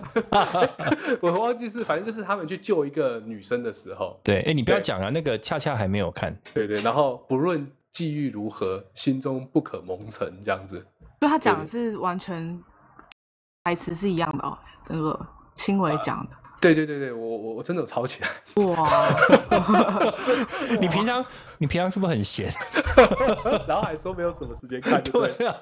B: 我忘记是，反正就是他们去救一个女生的时候，
A: 对，哎，你不要
B: 对
A: 讲啊，那个恰恰还没有看，
B: 对对，然后不论。际遇如何，心中不可蒙尘这样子。
C: 就他讲的是完全台词是一样的哦，那个青伟讲的，
B: 对对对对，我我我真的有抄起来，
C: 哇，
A: 你平常你平常是不是很闲？
B: 然后还说没有什么时间看，对 不对？
A: 对啊，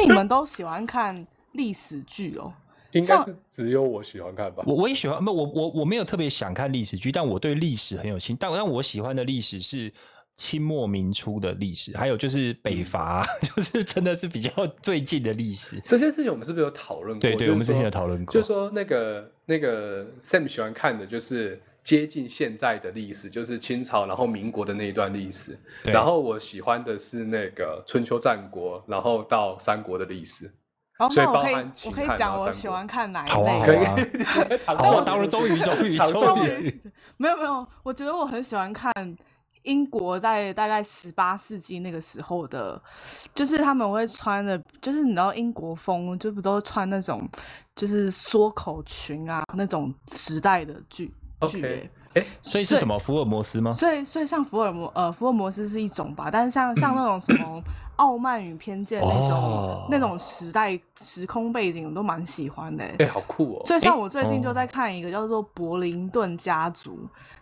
C: 你们都喜欢看历史剧哦？
B: 应该是只有我喜欢看吧。
A: 我我也喜欢，没有我我我没有特别想看历史剧，但我对历史很有兴但但我喜欢的历史是。清末民初的历史，还有就是北伐， 就是真的是比较最近的历史。
B: 这件事情我们是不是有讨论过？
A: 对
B: 就
A: 对，
B: 是
A: 我们之前
B: 说
A: 有讨论过，
B: 就说那个那个 Sam 喜欢看的就是接近现在的历史，就是清朝然后民国的那一段历史。
A: 对
B: 然后我喜欢的是那个春秋战国，然后到三国的历史。
C: 然后
B: 所以
C: 那我
B: 包
C: 可以
B: 含秦
C: 我可以
B: 汉然
C: 讲
B: 后
C: 我
B: 三
C: 喜
B: 国
C: 欢看哪一
A: 好啊
C: 类
A: 好啊
C: 的
B: 可以
C: 吗，
B: 好
A: 好啊当然终于终于
C: 终
A: 终
C: 于没有没有，我觉得我很喜欢看英国在大概十八世纪那个时候的，就是他们会穿的，就是你知道英国风，就不都穿那种就是缩口裙啊那种时代的剧剧欸
B: OK，哎，
A: 所以是什么福尔摩斯吗？
C: 所以所以像福尔摩呃福尔摩斯是一种吧，但是像像那种什么《傲慢与偏见》那种、
A: 哦
C: 那种时代时空背景，我都蛮喜欢的欸、
B: 哎，好酷哦！
C: 所以像
A: 诶
C: 我最近就在看一个叫做《柏林顿家族》，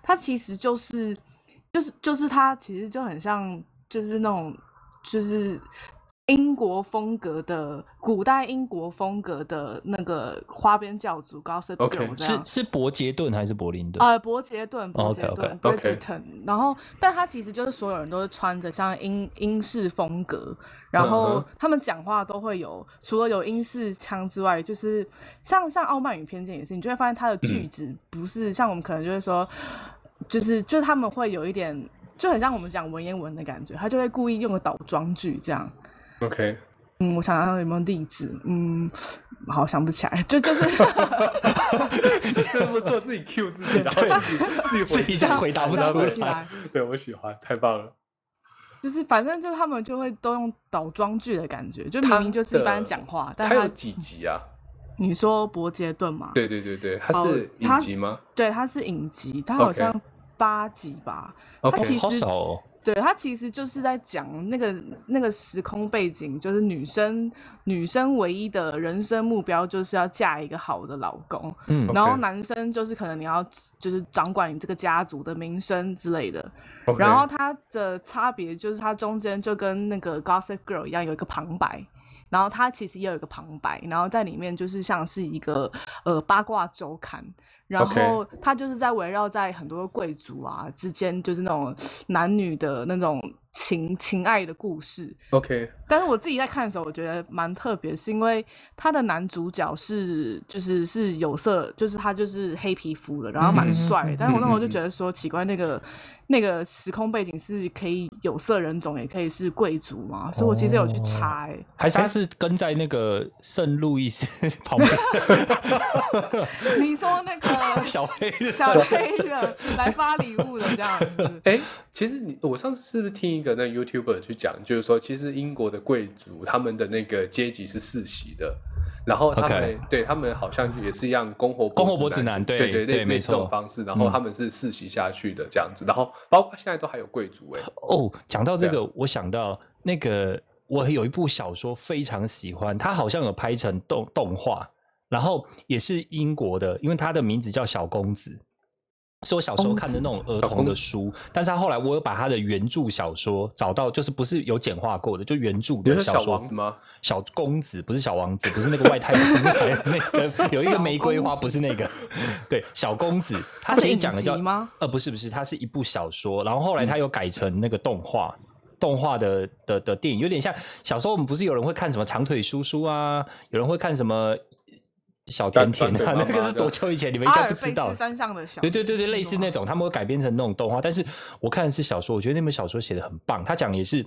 C: 它其实就是就是就是它其实就很像就是那种就是英国风格的古代英国风格的那个花边教主高斯
B: OK，
C: Girl 这
A: 是
C: 样。
A: 是伯杰顿还是柏林顿？
C: 呃，伯杰顿，伯杰
A: 哦 OK，OK，
C: 顿 b r i d g e
B: OK
C: t o n 然后，但他其实就是所有人都是穿着像英英式风格，然
B: 嗯
C: 后
B: 哼
C: 他们讲话都会有，除了有英式腔之外，就是像像《傲慢与偏见》也是，你就会发现他的
A: 嗯
C: 句子不是、像我们可能就会说，就是就他们会有一点，就很像我们讲文言文的感觉，他就会故意用个倒装句这样。
B: OK，
C: 嗯，我想想有没有例子？嗯，好想不起来，就就是
B: 这不是我自己 Q 自己，然后自己自己回
A: 自己在回答不
C: 想
A: 出
C: 不
A: 来
C: 起来。
B: 对我喜欢，太棒了。
C: 就是反正就是他们就会都用倒装句的感觉，就明明就是一般讲话，但
B: 它有
C: 他
B: 几集啊？
C: 你说伯杰顿嘛，
B: 对对对对，它
C: 好
B: 是影
C: 哦它
B: 集吗
C: 对，他是影集，他好
B: OK
C: 像八集吧，
B: ？OK，
C: 它其
A: 好
C: 实
A: 少哦。
C: 对他其实就是在讲那个那个时空背景，就是女生女生唯一的人生目标就是要嫁一个好的老公，
A: 嗯
C: 然后
B: OK
C: 男生就是可能你要就是掌管你这个家族的名声之类的，
B: OK
C: 然后它的差别就是它中间就跟那个 Gossip Girl 一样有一个旁白，然后它其实也有一个旁白，然后在里面就是像是一个呃八卦周刊。然
B: OK
C: 后它就是在围绕在很多贵族啊之间，就是那种男女的那种情情爱的故事。
B: OK，
C: 但是我自己在看的时候，我觉得蛮特别，是因为他的男主角是就是是有色，就是他就是黑皮肤的，然后蛮帅
A: 嗯
C: 的。但是我那时候就觉得说奇怪，那个那个时空背景是可以有色人种，也可以是贵族嘛，所以我
A: 哦
C: 其实有去查、欸，
A: 还是他是跟在那个圣路易斯 旁 边，
C: 你说那 个
A: 小黑人
C: 小黑人来发礼物的这样子，
B: 哎，其实你我上次是不是听一个那 YouTuber 去讲，就是说，其实英国的贵族他们的那个阶级是世袭的，然后他们
A: OK
B: 对他们好像也是一样公侯
A: 公侯伯子男
B: 对
A: 对
B: 对
A: 对
B: 类
A: 没
B: 类似这种
A: 错嗯
B: 方式，然后他们是世袭下去的这样子，然后包括现在都还有贵族哎、
A: 哦，讲到这
B: 对
A: 个，我想到那个，我有一部小说非常喜欢，它好像有拍成动动画，然后也是英国的，因为它的名字叫《小公子》，是我小时候看的那种儿童的书，但是它后来我有把它的原著小说找到，就是不是有简化过的，就原著
B: 你
A: 的
B: 是小
A: 说
B: 王子吗？
A: 小公子不是小王子，不是那个外太空来的那个，有一个玫瑰花，
C: 小公子
A: 不是那个。对，小公子， 他
C: 它是
A: 其实讲的
C: 影
A: 叫
C: 集吗？嗯
A: 呃，不是不是，它是一部小说，然后后来他又改成那个动画。动画的的的电影有点像小时候我们不是有人会看什么长腿叔叔啊，有人会看什么小甜甜
B: 短
A: 啊，
B: 短腿妈
A: 那
B: 妈
A: 个是
B: 这样
A: 多久以前你们应
C: 阿
A: 该
C: 尔
A: 不
C: 卑
A: 知道
C: 斯。山上的小，
A: 对对对对，类似那
C: 种。
A: 种，他们会改编成那种动画。但是我看的是小说，我觉得那本小说写的很棒。他讲也是，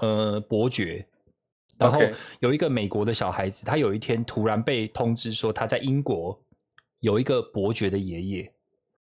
A: 呃，伯爵，然后
B: OK
A: 有一个美国的小孩子，他有一天突然被通知说他在英国有一个伯爵的爷爷，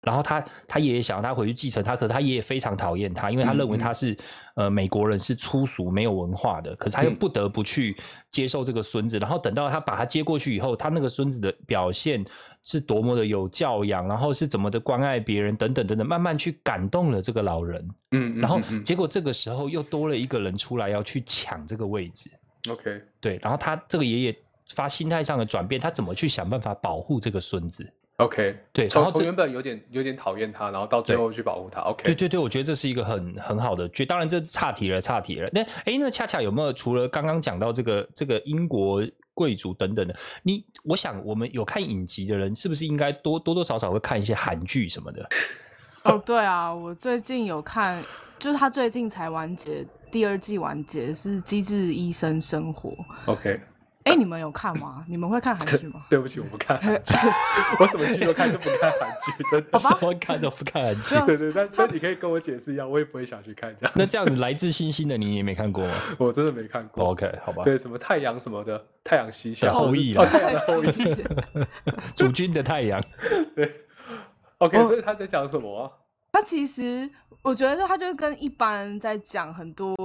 A: 然后他他爷爷想要他回去继承他，可是他爷爷非常讨厌他，因为他
C: 嗯
A: 认为他是、呃美国人，是粗俗没有文化的。可是他又
B: 嗯
A: 不得不去接受这个孙子。然后等到他把他接过去以后，他那个孙子的表现是多么的有教养，然后是怎么的关爱别人等等等等，慢慢去感动了这个老人。
B: 嗯，嗯
A: 然后
B: 嗯
A: 结果这个时候又多了一个人出来要去抢这个位置，
B: 嗯 OK，
A: 对。然后他这个爷爷发心态上的转变，他怎么去想办法保护这个孙子？
B: OK，
A: 对然
B: 从
A: 后
B: 从
A: 这
B: 原本有点有点讨厌他，然后到最
A: 对
B: 后去保护他。OK，
A: 对对对，我觉得这是一个很很好的决。当然，这岔题了，岔题了。那哎，那恰恰有没有除了刚刚讲到这个这个英国贵族等等的，你我想我们有看影集的人，是不是应该多多多少少会看一些韩剧什么的？
C: 哦，对啊，我最近有看，就是他最近才完结第二季，完结是《机智医生生活》。
B: OK，
C: 哎，你们有看吗？你们会看韩剧 吗？
B: 对不起，我不看韩 剧，我什么剧都看，就不看韩剧，真的。
A: 什么看都不看韩剧
C: 没。有
B: 对对，但所以你可以跟我解释一下，我也不会想去看这样，
A: 那这样子，来自星星的你也没看过吗
B: 我真的没看过。
A: ？OK，好哦吧。
B: 对，什么太阳什么的，太阳西下
A: 后啊裔啦
B: 哦，太阳的后裔。
A: 主君的太阳，
B: 对，OK，
C: 我
B: 所以他在讲什么啊？
C: 他其实，我觉得他就跟一般在讲很多，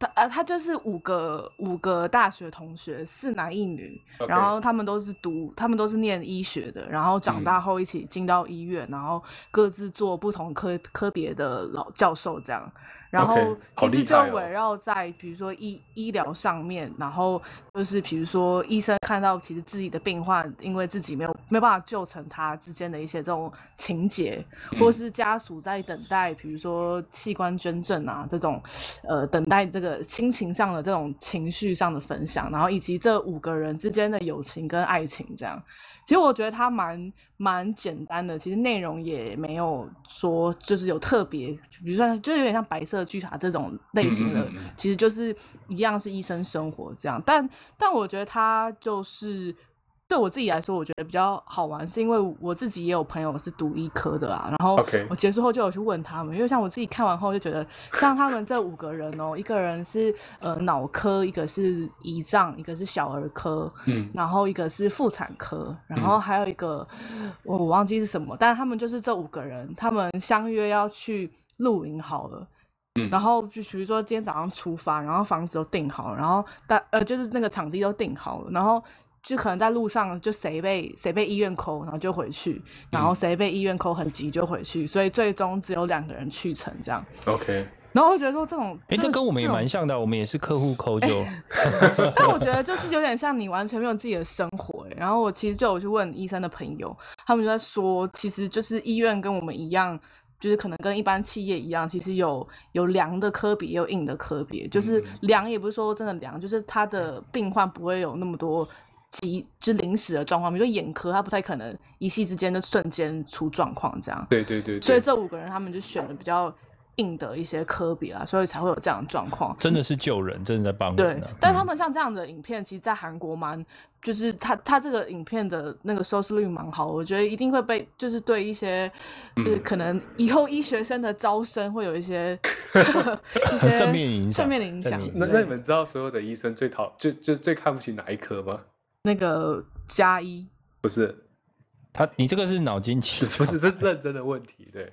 C: 他呃，他就是五个五个大学同学，四男一女
B: OK
C: 然后他们都是读，他们都是念医学的，然后长大后一起进到医院，然后各自做不同科科别的老教授这样。然后
B: OK，好
C: 其实
B: 厉
C: 就
B: 害哦
C: 围绕在比如说医医疗上面，然后就是比如说医生看到其实自己的病患因为自己没有没有办法救成他之间的一些这种情节，
B: 嗯
C: 或是家属在等待比如说器官捐赠啊这种，呃，等待这个心情上的这种情绪上的分享，然后以及这五个人之间的友情跟爱情这样。其实我觉得它蛮蛮简单的，其实内容也没有说就是有特别，比如说就有点像白色巨塔这种类型的，
B: 嗯嗯嗯嗯
C: 其实就是一样是医生生活这样。但但我觉得它就是对我自己来说，我觉得比较好玩，是因为我自己也有朋友是读医科的啊，然后
B: OK
C: 我结束后就有去问他们，因为像我自己看完后就觉得，像他们这五个人哦，一个人是呃脑科，一个是胰脏，一个是小儿科，
B: 嗯
C: 然后一个是妇产科，然后还有一个、我我忘记是什么，但是他们就是这五个人，他们相约要去露营好了。
B: 嗯
C: 然后就比如说今天早上出发，然后房子都订好了，然后大呃就是那个场地都订好了，然后就可能在路上就谁被谁被医院扣，然后就回去，然
A: 嗯
C: 后谁被医院扣很急就回去，所以最终只有两个人去成这样。
B: ，OK，
C: 然后我就觉得说这种，
A: 哎，这跟我们也
C: 种
A: 蛮像的啊，我们也是客户抠就。
C: 但我觉得就是有点像你完全没有自己的生活、欸。然后我其实就有去问医生的朋友，他们就在说，其实就是医院跟我们一样，就是可能跟一般企业一样，其实有有凉的科比，也有硬的科比。就是凉也不是说真的凉，就是他的病患不会有那么多。急就是临时的状况，比如说眼科，他不太可能一夕之间就瞬间出状况这样。
B: 对对对，对
C: 所以这五个人他们就选了比较硬的一些科比啦，所以才会有这样的状况。
A: 真的是救人，真的在帮
C: 对
A: 人、啊。，嗯
C: 但他们像这样的影片，其实，在韩国蛮，就是他他这个影片的那个收视率蛮好，我觉得一定会被，就是对一些，就是可
A: 嗯
C: 能以后医学生的招生会有 一些一些
A: 正面影响
C: 正面的影
A: 正
C: 响
A: 面
C: 之
A: 影
C: 类
A: 响
B: 那
C: 的。
B: 那你们知道所有的医生最讨就就最看不起哪一科吗？
C: 那个加一，
B: 不是，
A: 他，你这个是脑筋 急
B: 不是，这是认真的问题。对，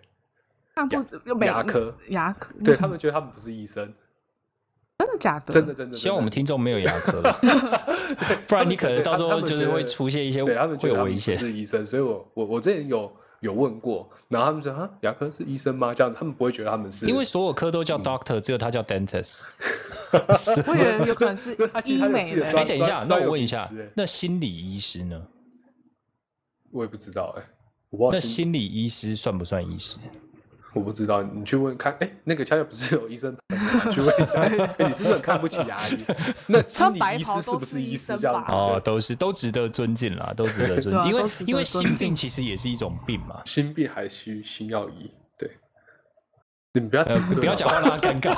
C: 那不又没嗯
B: 牙科
C: 牙科，
B: 对
C: 为什
B: 他
C: 么
B: 们觉得他们不是医生，
C: 真的假的？
B: 真的真的。
A: 希 望我们
B: 真
A: 听众没有牙科吧，
B: 的，
A: 不然
B: 他们
A: 你可
B: 觉
A: 能
B: 得
A: 到
B: 他
A: 时候
B: 他们
A: 就
B: 觉
A: 是
B: 得
A: 会出现一些
B: 对他们觉
A: 会
B: 得
A: 有
B: 他们
A: 危
B: 不
A: 险。
B: 是医生，所以我我我之前有有问过，然后他们说啊，牙科是医生吗？这样他们不会觉得他们是，嗯
A: 因为所有科都叫 doctor，只有他叫 dentist。
C: 我以为有可 能是
B: 对他其实
C: 医
B: 他有
C: 美
B: 自己的
C: 嘞
A: 哎，
B: 专
A: 等一下，那
B: 专有
A: 我问
B: 名
A: 一下
B: 词欸，
A: 那心理医师呢？
B: 我也不知道哎、我不知
A: 那
B: 道心
A: 心理医师算不算医师？
B: 我不知道，你去问看，哎、那个恰恰不是有医生朋友吗？去问一下，哎你是不是很看不起牙 医？那心
C: 穿
B: 理
C: 白
B: 医
C: 袍
B: 师是
C: 都
B: 不
C: 是
B: 是
C: 医
B: 医师
C: 生
B: 这样
C: 吧
B: 子？
A: 哦，
B: 对
A: 都是都值得尊敬啦，都值得尊
C: 对
A: 敬，
C: 啊
A: 因为
C: 都值得
A: 因为
C: 尊
A: 心
C: 敬
A: 病其实也是一种病嘛。
B: 心病还需心药医，对。你们不要、
A: 呃，不要讲话，让他尴尬。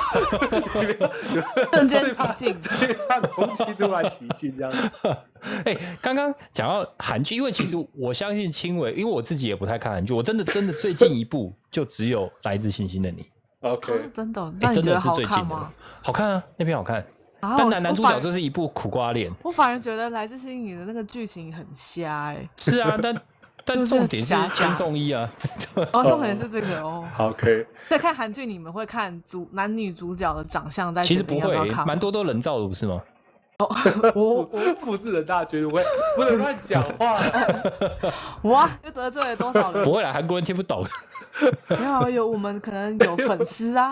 C: 瞬间
B: 最怕
C: 起劲
B: 最怕空气突然起劲这样子。
A: 哎、刚刚讲到韩剧，因为其实我相信青伟，因为我自己也不太看韩剧，我真的真的最近一部就只有《来自星星 的你》
B: OK，
C: 真的？
A: 哎，
C: 那你
A: 真
C: 觉得
A: 的是
C: 好
A: 最近
C: 看
A: 的
C: 吗？，
A: 好看啊，那边好看。
C: 啊
A: 但
C: 我
A: 男男主
C: 我反
A: 角
C: 而
A: 这是一部苦瓜脸，
C: 我反而觉得《来自星星》的那个剧情很瞎哎、
A: 是啊，但但
C: 就是
A: 重点是
C: 假假
A: 先送一啊，
C: 哦，重点是这个哦。
B: 好，可以。
C: 在看韩剧，你们会看主男女主角的长相在
A: 其实
C: 决定
A: 不
C: 要
A: 会
C: 要，看
A: 蛮
C: 吗
A: 多都人造的，不是吗？
B: 我我复制人大觉得我也不能乱讲话。啊
C: 哇，又得罪了多少人
A: 不？会啦，韩国人听不 懂，
C: 没有啊有我们可能有粉 丝啊，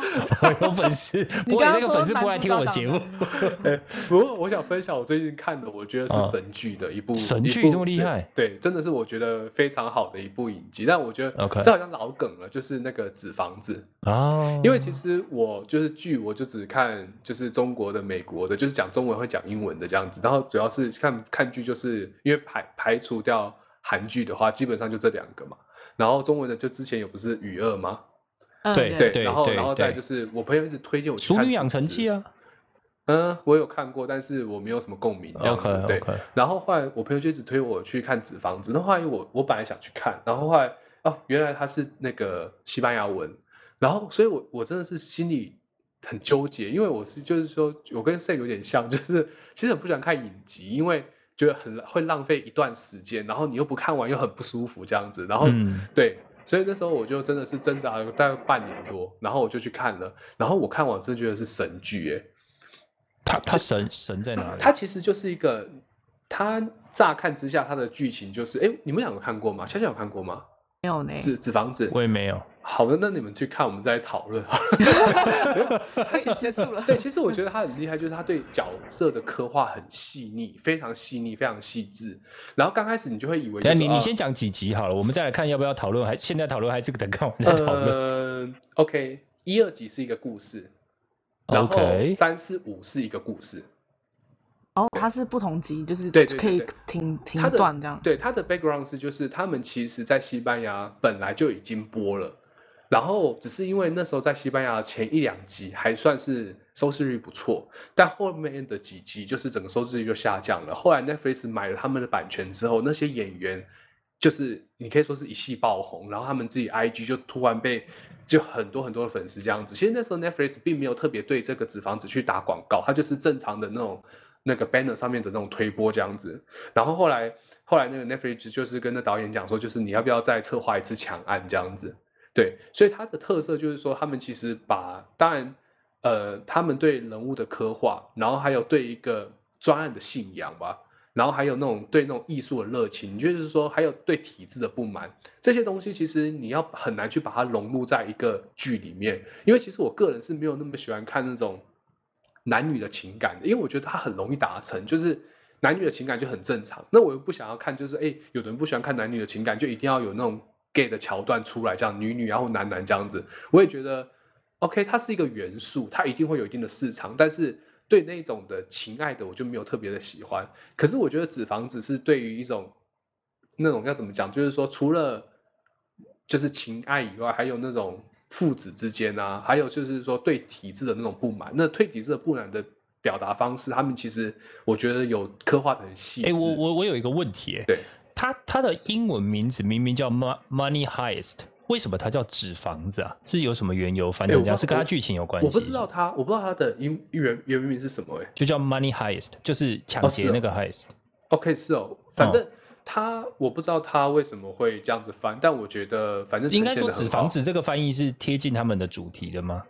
A: 我有粉丝，
C: 你
A: 不会
C: 刚
A: 那个
C: 刚说
A: 粉丝不
C: 男
A: 来
C: 主
A: 听
C: 角
A: 我
C: 长
A: 节
C: 得
A: 目。
B: 哎不过我想分享我最近看的，我觉得是神剧的一
A: 嗯
B: 部、
A: 神剧
B: 一部
A: 这么厉害
B: 对，对真的是我觉得非常好的一部影集。但我觉得
A: OK
B: 这好像老梗了，就是那个《纸房子》，
A: 哦，
B: 因为其实我就是剧，我就只看就是中国的、美国的，就是讲中文会讲英文的这样子。然后主要是看看剧，就是因为排排除掉韩剧的话，基本上就这两个嘛。然后中文的就之前有不是《雨二》吗？
C: 嗯
A: 对
C: 对，
B: 然后
A: 对
B: 然后再
A: 对
B: 就是我朋友一直推荐我
A: 《
B: 去
A: 熟
B: 看
A: 女养
B: 纸
A: 成
B: 质
A: 记》啊
B: 嗯，我有看过，但是我没有什么共鸣这样子。
A: ，OK
B: 对
A: OK，
B: 然后后来我朋友就一直推我去看《纸房子》，然后后来我我本来想去看，然后后来哦，原来它是那个西班牙文，然后所以我我真的是心里很纠结，因为我是就是说我跟 Sam 有点像， 就是其实很不喜欢看影集，因为觉得很会浪费一段时间，然后你又不看完又很不舒服这样子，然后、
A: 嗯，
B: 对。所以那时候我就真的是挣扎了大概半年多，然后我就去看了，然后我看完真的觉得是神剧哎、
A: 他他神神在哪里？
B: 它其实就是一个，它乍看之下它的剧情就是，哎，你们两个看过吗？夏夏有看过吗？
C: 没有呢，
B: 纸纸房子。
A: 我也没有，
B: 好的，那你们去看，我们再来讨论。
C: 结束了。
B: 对，其实我觉得他很厉害，就是他对角色的刻画很细腻，非常细腻，非常细致。然后刚开始你就会以为、就
A: 等
B: 是，
A: 一下你
B: 啊
A: 你先讲几集好了，我们再来看要不要讨论，还现在讨论还是等看完再讨论。
B: 啊呃，OK，一二集是一个故事，然后
A: OK，
B: 三四五是一个故事。
C: 哦，它是不同集，就是
B: 对对对
C: 可以
B: 对
C: 停停
B: 他的
C: 断这样。
B: 对，他的 background 是就是他们其实在西班牙本来就已经播了，然后只是因为那时候在西班牙前一两集还算是收视率不错，但后面的几集就是整个收视率就下降了。后来 Netflix 买了他们的版权之后，那些演员就是你可以说是一系爆红，然后他们自己 IG 就突然被就很多很多的粉丝这样子。其实那时候 Netflix 并没有特别对这个纸房子去打广告，它就是正常的那种那个 banner 上面的那种推播这样子。然后后来后来那个 Netflix 就是跟那导演讲说，就是你要不要再策划一次抢案这样子。对，所以它的特色就是说，他们其实把当然，呃，他们对人物的刻画，然后还有对一个专案的信仰吧，然后还有那种对那种艺术的热情，就是说还有对体制的不满，这些东西其实你要很难去把它融入在一个剧里面，因为其实我个人是没有那么喜欢看那种男女的情感的，因为我觉得它很容易达成，就是男女的情感就很正常。那我又不想要看，就是哎，诶有的人不喜欢看男女的情感，就一定要有那种 gay 的桥段出来，这样女女然后男男这样子，我也觉得 OK，它是一个元素，它一定会有一定的市场，但是。对那种的情爱的，我就没有特别的喜欢。可是我觉得纸房子是对于一种那种要怎么讲，就是说除了就是情爱以外，还有那种父子之间啊，还有就是说对体制的那种不满，那对体制的不满的表达方式，他们其实我觉得有刻画的很细致。
A: 哎、我我我有一个问题、欸，
B: 对，
A: 它它的英文名字明明叫 Mo- Money Heist，为什么它叫纸房子啊？是有什么缘由？反
B: 哎我
A: 正
B: 不
A: 这样、
B: 知
A: 是跟它
B: 我
A: 剧情有关系。
B: 我不知道，他，我不知道他的英原原名是什么哎、
A: 就叫 Money Heist，就是抢
B: 哦
A: 劫
B: 是哦
A: 那个 Heist。
B: OK，是哦，反
A: 嗯
B: 正他、我不知道他为什么会这样子翻，但我觉得反正
A: 应该
B: 呈现
A: 说
B: 得很
A: 纸
B: 好
A: 房子这个翻译是贴近他们的主题的吗？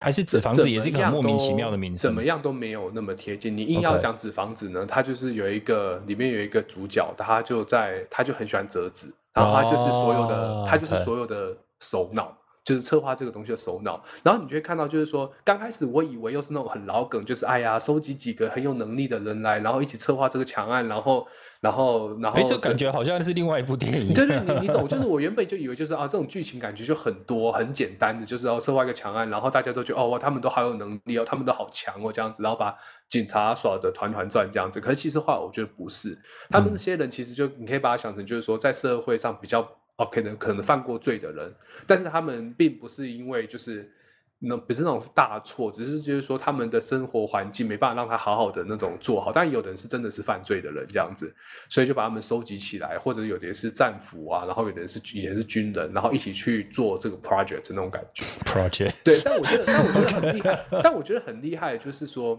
A: 还是纸
B: 怎
A: 房
B: 怎
A: 子也是一
B: 么
A: 个很
B: 样
A: 莫名其
B: 都
A: 妙的名字？
B: 怎么？样都没有那么贴近。你硬要
A: OK
B: 讲纸房子呢，它就是有一个里面有一个主角，他就在他就很喜欢折纸，然后他就是所有的、
A: 哦
B: 他就是
A: OK
B: 所有的首脑。就是策划这个东西的首脑，然后你就会看到，就是说，刚开始我以为又是那种很老梗，就是哎呀，收集几个很有能力的人来，然后一起策划这个强案，然后，然后，然后，
A: 哎、这感觉好像是另外一部电影。
B: 对对，你你懂，就是我原本就以为就是啊，这种剧情感觉就很多很简单的，就是哦策划一个强案，然后大家都觉得哦哇，他们都好有能力哦，他们都好强哦这样子，然后把警察耍的团团转这样子。可是其实话，我觉得不是，他们
A: 嗯
B: 那些人其实就你可以把它想成就是说在社会上比较哦可能可能犯过罪的人，但是他们并不是因为就是。那不是那种大错，只是就是说他们的生活环境没办法让他好好的那种做好。但有的人是真的是犯罪的人这样子，所以就把他们收集起来，或者有的是战俘啊，然后有的是以前是军人，然后一起去做这个 project 那种感觉。
A: ，Project
B: 对，但我觉得，但我觉得很厉害，但我觉得很厉害，就是说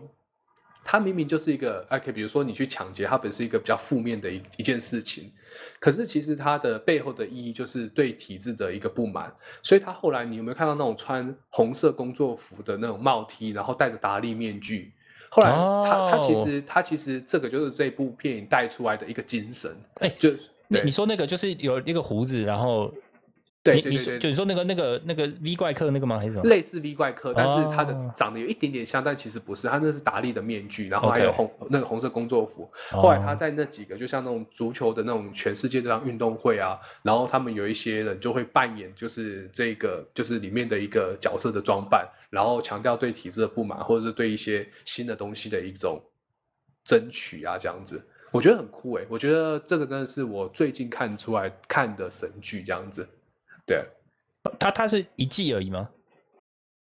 B: 它明明就是一个 OK，比如说你去抢劫，它本是一个比较负面的一一件事情，可是其实它的背后的意义就是对体制的一个不满。所以他后来你有没有看到那种穿红色工作服的那种帽 T，然后戴着达利面具？后来他他其
A: 哦
B: 实他其实这个就是这部电影带出来的一个精神，
A: 哎
B: 就
A: 你
B: 对
A: 你说那个就是有一个胡子，然后
B: 对
A: 你
B: 对
A: 你
B: 对
A: 说
B: 对
A: 就你说那个那个那个 V 怪客那个吗？还是什么？
B: 类似 V 怪客，但是它的
A: 哦
B: 长得有一点点像，但其实不是，它那是达利的面具，然后还
A: OK
B: 有红那个红色工作服。后来
A: 哦
B: 他在那几个就像那种足球的那种全世界这场运动会啊，然后他们有一些人就会扮演就是这个就是里面的一个角色的装扮，然后强调对体制的不满，或者是对一些新的东西的一种争取啊，这样子。我觉得很酷诶、我觉得这个真的是我最近看出来看的神剧这样子。对啊
A: 他他是一季而已吗？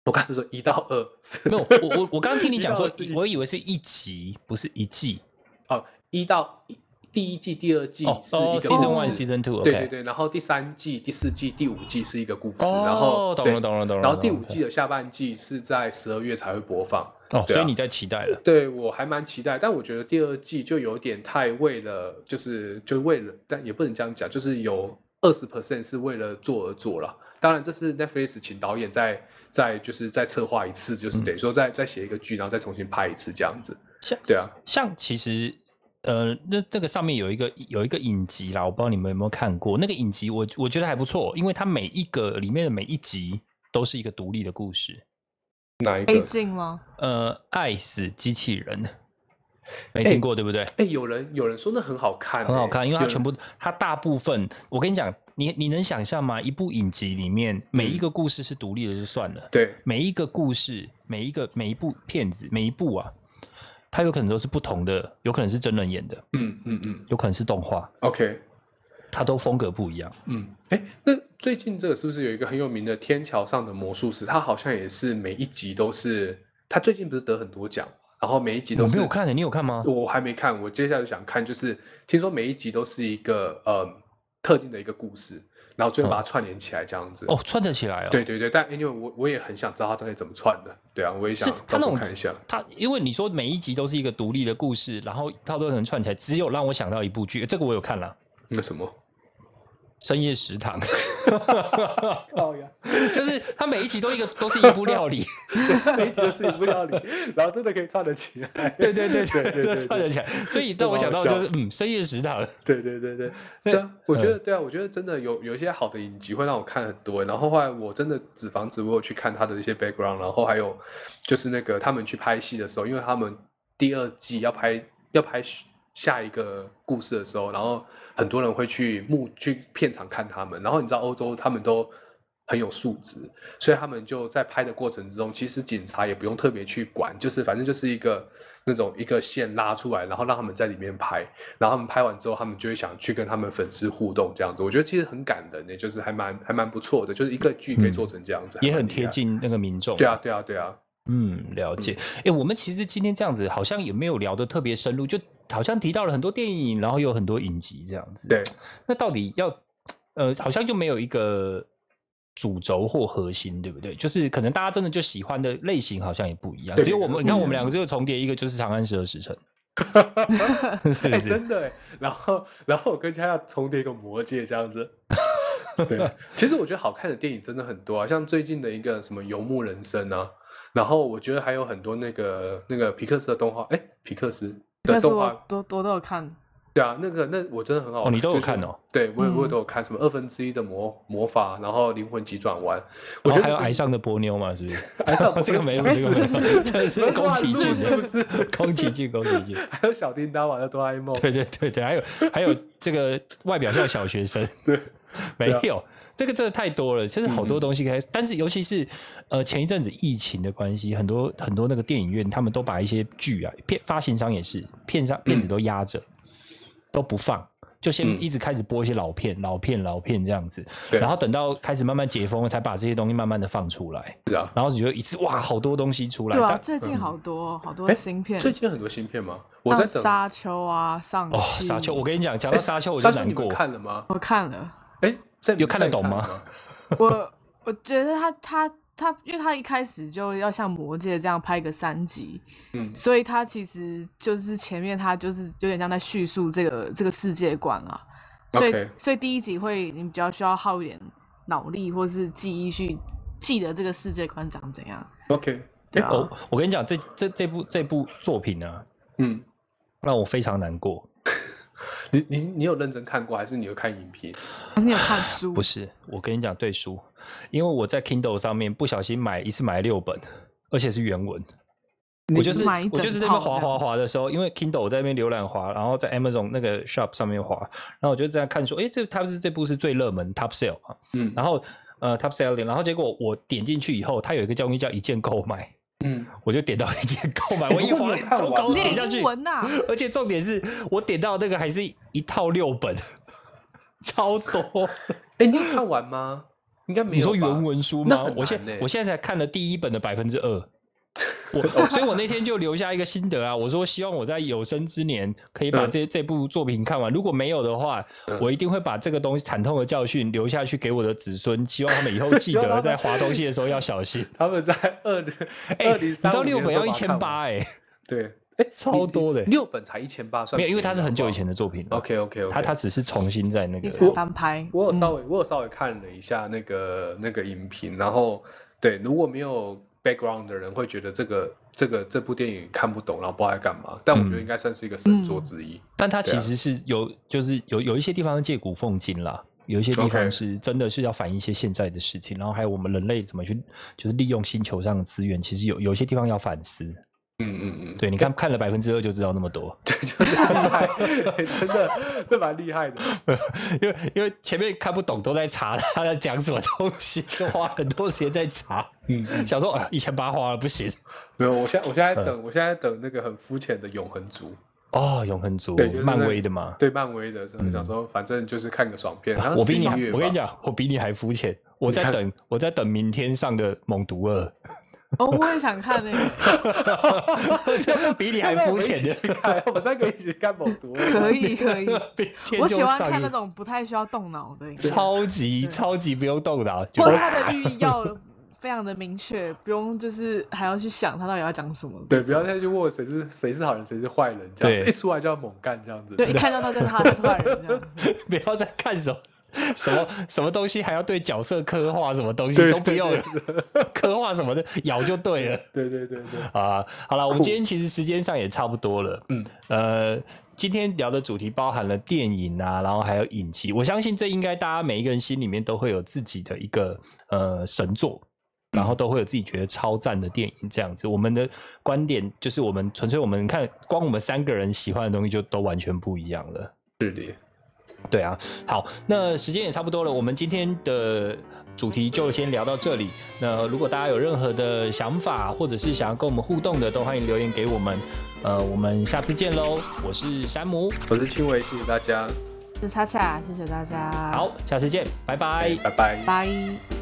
B: 我刚才说一到二是
A: 没有，我我我刚刚听你讲说
B: 一 到二是一，集
A: 我以为是一集，不是一季。
B: 哦，一到一第一季、第二季
A: 哦
B: 是
A: 哦
B: 一个
A: ，season
B: 故
A: one、
B: 事，
A: season two，
B: 对对。对，然后第三季、第四季、第五季是一个故事，
A: 哦
B: 然后
A: 懂
B: 对
A: 了懂了懂了
B: 然后第
A: 懂了
B: 五季的下半季是在十二月才会播放。
A: 哦，
B: 对
A: 所
B: 啊
A: 以你在期待了。
B: 对我还蛮期待，但我觉得第二季就有点太为了，就是就为了，但也不能这样讲，就是有二十 percent 是为了做而做了。当然，这是 Netflix 请导演再再就是再策划一次，
A: 嗯
B: 就是等于说再再写一个剧，然后再重新拍一次这样子。
A: 像
B: 对啊，
A: 像其实呃，那这个上面有一个有一个影集啦，我不知道你们有没有看过那个影集我，我觉得还不错，因为它每一个里面的每一集都是一个独立的故事。
B: 哪一
C: 黑
B: 个？
C: 镜吗？
A: 呃，爱死机器人，没听过、对不对？
B: 哎、有人有人说那很好看欸、
A: 很好看，因为它
B: 有人
A: 全部，它大部分，我跟你讲，你你能想象吗？一部影集里面每
B: 嗯
A: 一个故事是独立的就算了，
B: 对
A: 每一个故事，每一个每一部片子，每一部啊，它有可能都是不同的，有可能是真人演的，
B: 嗯嗯嗯
A: 有可能是动画，
B: ，OK，
A: 它都风格不一样。
B: 嗯，哎，那最近这个是不是有一个很有名的《天桥上的魔术师》？他好像也是每一集都是，他最近不是得很多奖嘛，然后每一集都
A: 我
B: 是
A: 没有看的，欸你有看吗？
B: 我还没看，我接下来就想看，就是听说每一集都是一个呃特定的一个故事，然后最后把它串联起来这样子。
A: 哦，串得起来哦。
B: 对，对对，但因为我我也很想知道它到底怎么串的，对啊，我也
A: 是
B: 想
A: 它
B: 到
A: 那
B: 时候
A: 种
B: 看一下。
A: 它因为你说每一集都是一个独立的故事，然后它都能串起来，只有让我想到一部剧，这个我有看了。
B: 那什么，
A: 深夜食堂，
B: 靠呀，
A: 就是它每一集都一个都是一部料理，
B: 每一集都是一部料理，然后真的可以串得起来。
A: 对对对
B: 对对对
A: 串得起来。所以让我想到就是，嗯，深夜食 堂，
B: 对对对对，
A: 那
B: 对啊，我觉
A: 嗯
B: 得对啊，我觉得真的有有一些好的影集会让我看很多欸，然后后来我真的脂肪子，我有去看他的一些 background，然后还有就是那个他们去拍戏的时候，因为他们第二季要拍要拍下一个故事的时候，然后很多人会去幕去片场看他们，然后你知道欧洲他们都。很有素质，所以他们就在拍的过程之中，其实警察也不用特别去管，就是反正就是一个那种一个线拉出来，然后让他们在里面拍，然后他们拍完之后，他们就会想去跟他们粉丝互动这样子。我觉得其实很感人呢，就是还蛮还蛮不错的，就是一个剧可以做成这样子，还
A: 嗯也
B: 蛮
A: 很
B: 厉
A: 贴
B: 害。
A: 近那个民众。
B: 对啊，，对啊，对啊，
A: 嗯，了解。哎、我们其实今天这样子好像也没有聊得特别深入，就好像提到了很多电影，然后有很多影集这样子。
B: 对，
A: 那到底要呃，好像就没有一个主轴或核心，对不对？就是可能大家真的就喜欢的类型好像也不一样。
B: 对嗯
A: 只有我
B: 每个
A: 们，
B: 人
A: 你看
B: 不一
A: 我们
B: 样
A: 两个只有重叠一个，就是《长安十二时 辰》，是不
B: 哎，
A: 是？
B: 真的欸。然后，然后我跟佳佳重叠一个魔戒这样子。 对，其实我觉得好看的电影真的很多啊，像最近的一个什么《游牧人生》啊，然后我觉得还有很多那个那个皮克斯的动画，哎，皮克斯
C: 但
B: 的
C: 是
B: 动
C: 我
B: 画
C: 都都都有看，
B: 对啊，那个那我真的很好
A: 哦你都有
B: 就是
A: 看哦。
B: 对，我也我也
C: 嗯
B: 都有看，什么二分之一的魔魔法，然后灵魂急转弯，我
A: 然后哦
B: 觉得
A: 还有
B: 这
A: 爱上的波妞嘛，是不是？
B: 爱上 波
A: 这个没有，这个没
C: 不
A: 有，
C: 是
A: 这是
B: 不是
A: 宫崎
B: 不是
A: 骏
B: 不是不
A: 的
B: 是，
A: 宫崎骏，宫崎骏。
B: 还有小叮当玩的哆啦 A 梦，
A: 对对对对，还有还有这个外表像小学生，
B: 对，
A: 没
B: 对啊
A: 有，这个真的太多了，其实好多
B: 嗯
A: 东西可以，但是尤其是呃前一阵子疫情的关系，很多很多那个电影院他们都把一些剧啊片发行商也是片商片子都压着，都不放。就先
B: 嗯
A: 一直开始播一些老片、老片、老片这样子，
B: 对啊
A: 然后等到开始慢慢解封了，才把这些东西慢慢的放出来。
B: 是啊。
A: 然后你就一次哇，好多东西出来。
C: 对啊，
A: 但
C: 最近好多、好多
B: 哎
C: 新片，
B: 最近有很多新片吗？我在
C: 像
B: 等
C: 沙丘啊，上
A: 哦，
C: 汽
A: 沙丘，我跟你讲，讲
B: 哎
A: 到沙丘我就
B: 沙丘
A: 难
B: 你们
A: 过。
B: 看了吗？
C: 我看了，
B: 哎，在
A: 有看得懂吗
B: 吗？
C: 我我觉得他他他因为他一开始就要像《魔戒》这样拍个三集，
B: 嗯
C: 所以他其实就是前面他就是有点像在叙述这个这个世界观啊，所以
B: OK
C: 所以第一集会你比较需要耗一点脑力或是记忆去记得这个世界观长怎样，
B: ，OK，
C: 对
A: 哎
C: 啊，
A: 我我跟你讲，这这这部这部作品呢、
B: 嗯，
A: 让我非常难过。
B: 你你你有认真看过，还是你有看影评？
C: 还是你有看书？
A: 不是，我跟你讲，对书，因为我在 Kindle 上面不小心买一次买了六本，而且是原文。我就是
C: 买一
A: 我就是
C: 整
A: 在那边滑
C: 套这
A: 滑
C: 样
A: 滑的时候，因为 Kindle 我在那边浏览滑，然后在 Amazon 那个 Shop 上面滑，然后我就这样看说，诶，这它是这部是最热门 Top Sale 嘛，
B: 嗯
A: 然后呃 Top Selling，然后结果我点进去以后，它有一个叫东西叫一键购买，
B: 嗯，
A: 我就点到一键购 买，
B: 哎
A: 我一
B: 不过
A: 滑
B: 你有看
A: 糟
B: 完
A: 糕，
B: 吗
A: 点
C: 练
A: 下去
C: 英，文啊呐、
A: 而且重点是我点到那个还是一套六本，超多。
B: 哎，你有看完吗？应该没
A: 你
B: 有吧。
A: 说原文书
B: 那
A: 吗
B: 很？
A: 我现
B: 难欸
A: 我现在才看了第一本的百分之 二，我所以，我那天就留下一个心得啊，我说希望我在有生之年可以把
B: 嗯
A: 这、这部作品看完，如果没有的话，我一定会把这个东西惨痛的教训留下去给我的子孙，希望他们以后记
B: 希望他
A: 得在
B: 们
A: 划东西的时候要小 心。
B: 他们在二零
A: 哎、
B: 二
A: 你
B: 零
A: 知
B: 三
A: 道六本要一千八，哎，
B: 对，哎，
A: 超多的
B: 你你六本才一千八，算
A: 没有，因为
B: 便宜
A: 它是很久以前
B: 好
A: 的作品
B: 不
A: 了
B: 好。OK OK OK，
A: 它它只是重新在那
C: 你
A: 个
C: 才翻拍，
B: 我有
C: 嗯
B: 稍微、我有稍微看了一下那个那个影评，然后对，如果没有 background 的人会觉得这个这个这部电影看不懂，然后不知道在干嘛，但我觉得
A: 嗯
B: 应该算是一个神作之一。
A: 但它其
B: 对啊
A: 实是有，就是有有一些地方借古讽今啦，有一些地方
B: OK
A: 是真的是要反映一些现在的事情，然后还有我们人类怎么去，就是利用星球上的资源，其实有有一些地方要反思。
B: 嗯嗯嗯，
A: 对，你看看了百分之二就知道那么多，
B: 对， 就是厉害， 哎真的这蛮厉害的。
A: 因为因为前面看不懂都在查他在讲什么东西，就花很多时间在查，
B: 嗯，嗯
A: 想说啊一千八花了不行
B: 没有，我现在我现在
A: 嗯
B: 等我现在等那个很肤浅的永恒族，
A: 哦，永恒族
B: 对，就是那
A: 漫威的嘛，
B: 对漫威的，所以
A: 嗯
B: 想说反正就是看个爽片。
A: 哇
B: 然后
A: 我比你还
B: 11月，吧
A: 我跟你， 讲，我比你还肤浅，我在
B: 看
A: 等我在等明天上的《猛毒二》。
C: 哦，我也想看那个，
A: 这比你还
B: 要不要
A: 肤浅
B: 我们一起去
A: 的，
B: 看，我们三个一起去看猛 毒。
C: 可以 可以，
A: 天
C: 我
A: 就
C: 喜欢
A: 上
C: 看那
A: 瘾
C: 种不太需要动脑的影片，
A: 超级
C: 对
A: 超级不用动脑，就啊
C: 或者它的寓意要非常的明确，不用就是还要去想它到底要讲什么。
B: 对，不要再去问谁是谁是好人，谁是坏人，这样
A: 对
B: 子一出来就要猛干这样子。
C: 对，一看到他就是他的坏人这样。
A: 不要再看什么什么什么东西，还要对角色刻画什么东西
B: 对
A: 都不
B: 对
A: 用
B: 对
A: 了，刻画什么的咬就对了。
B: 对对对对，
A: 啊，好了，我们
B: 酷
A: 今天其实时间上也差不多了。
B: 嗯，
A: 呃，今天聊的主题包含了电影啊，然后还有影集。我相信这应该大家每一个人心里面都会有自己的一个呃神作，
B: 嗯
A: 然后都会有自己觉得超赞的电影这样子。我们的观点就是，我们纯粹我们看，光我们三个人喜欢的东西就都完全不一样了。
B: 是的。
A: 对啊，好，那时间也差不多了，我们今天的主题就先聊到这里。那如果大家有任何的想法，或者是想要跟我们互动的，都欢迎留言给我们。呃，我们下次见喽，我是山姆，
B: 我是青伟，谢谢大家，
C: 是恰恰，谢谢大家，
A: 好，，下次见，拜拜
B: 拜拜。
C: 拜。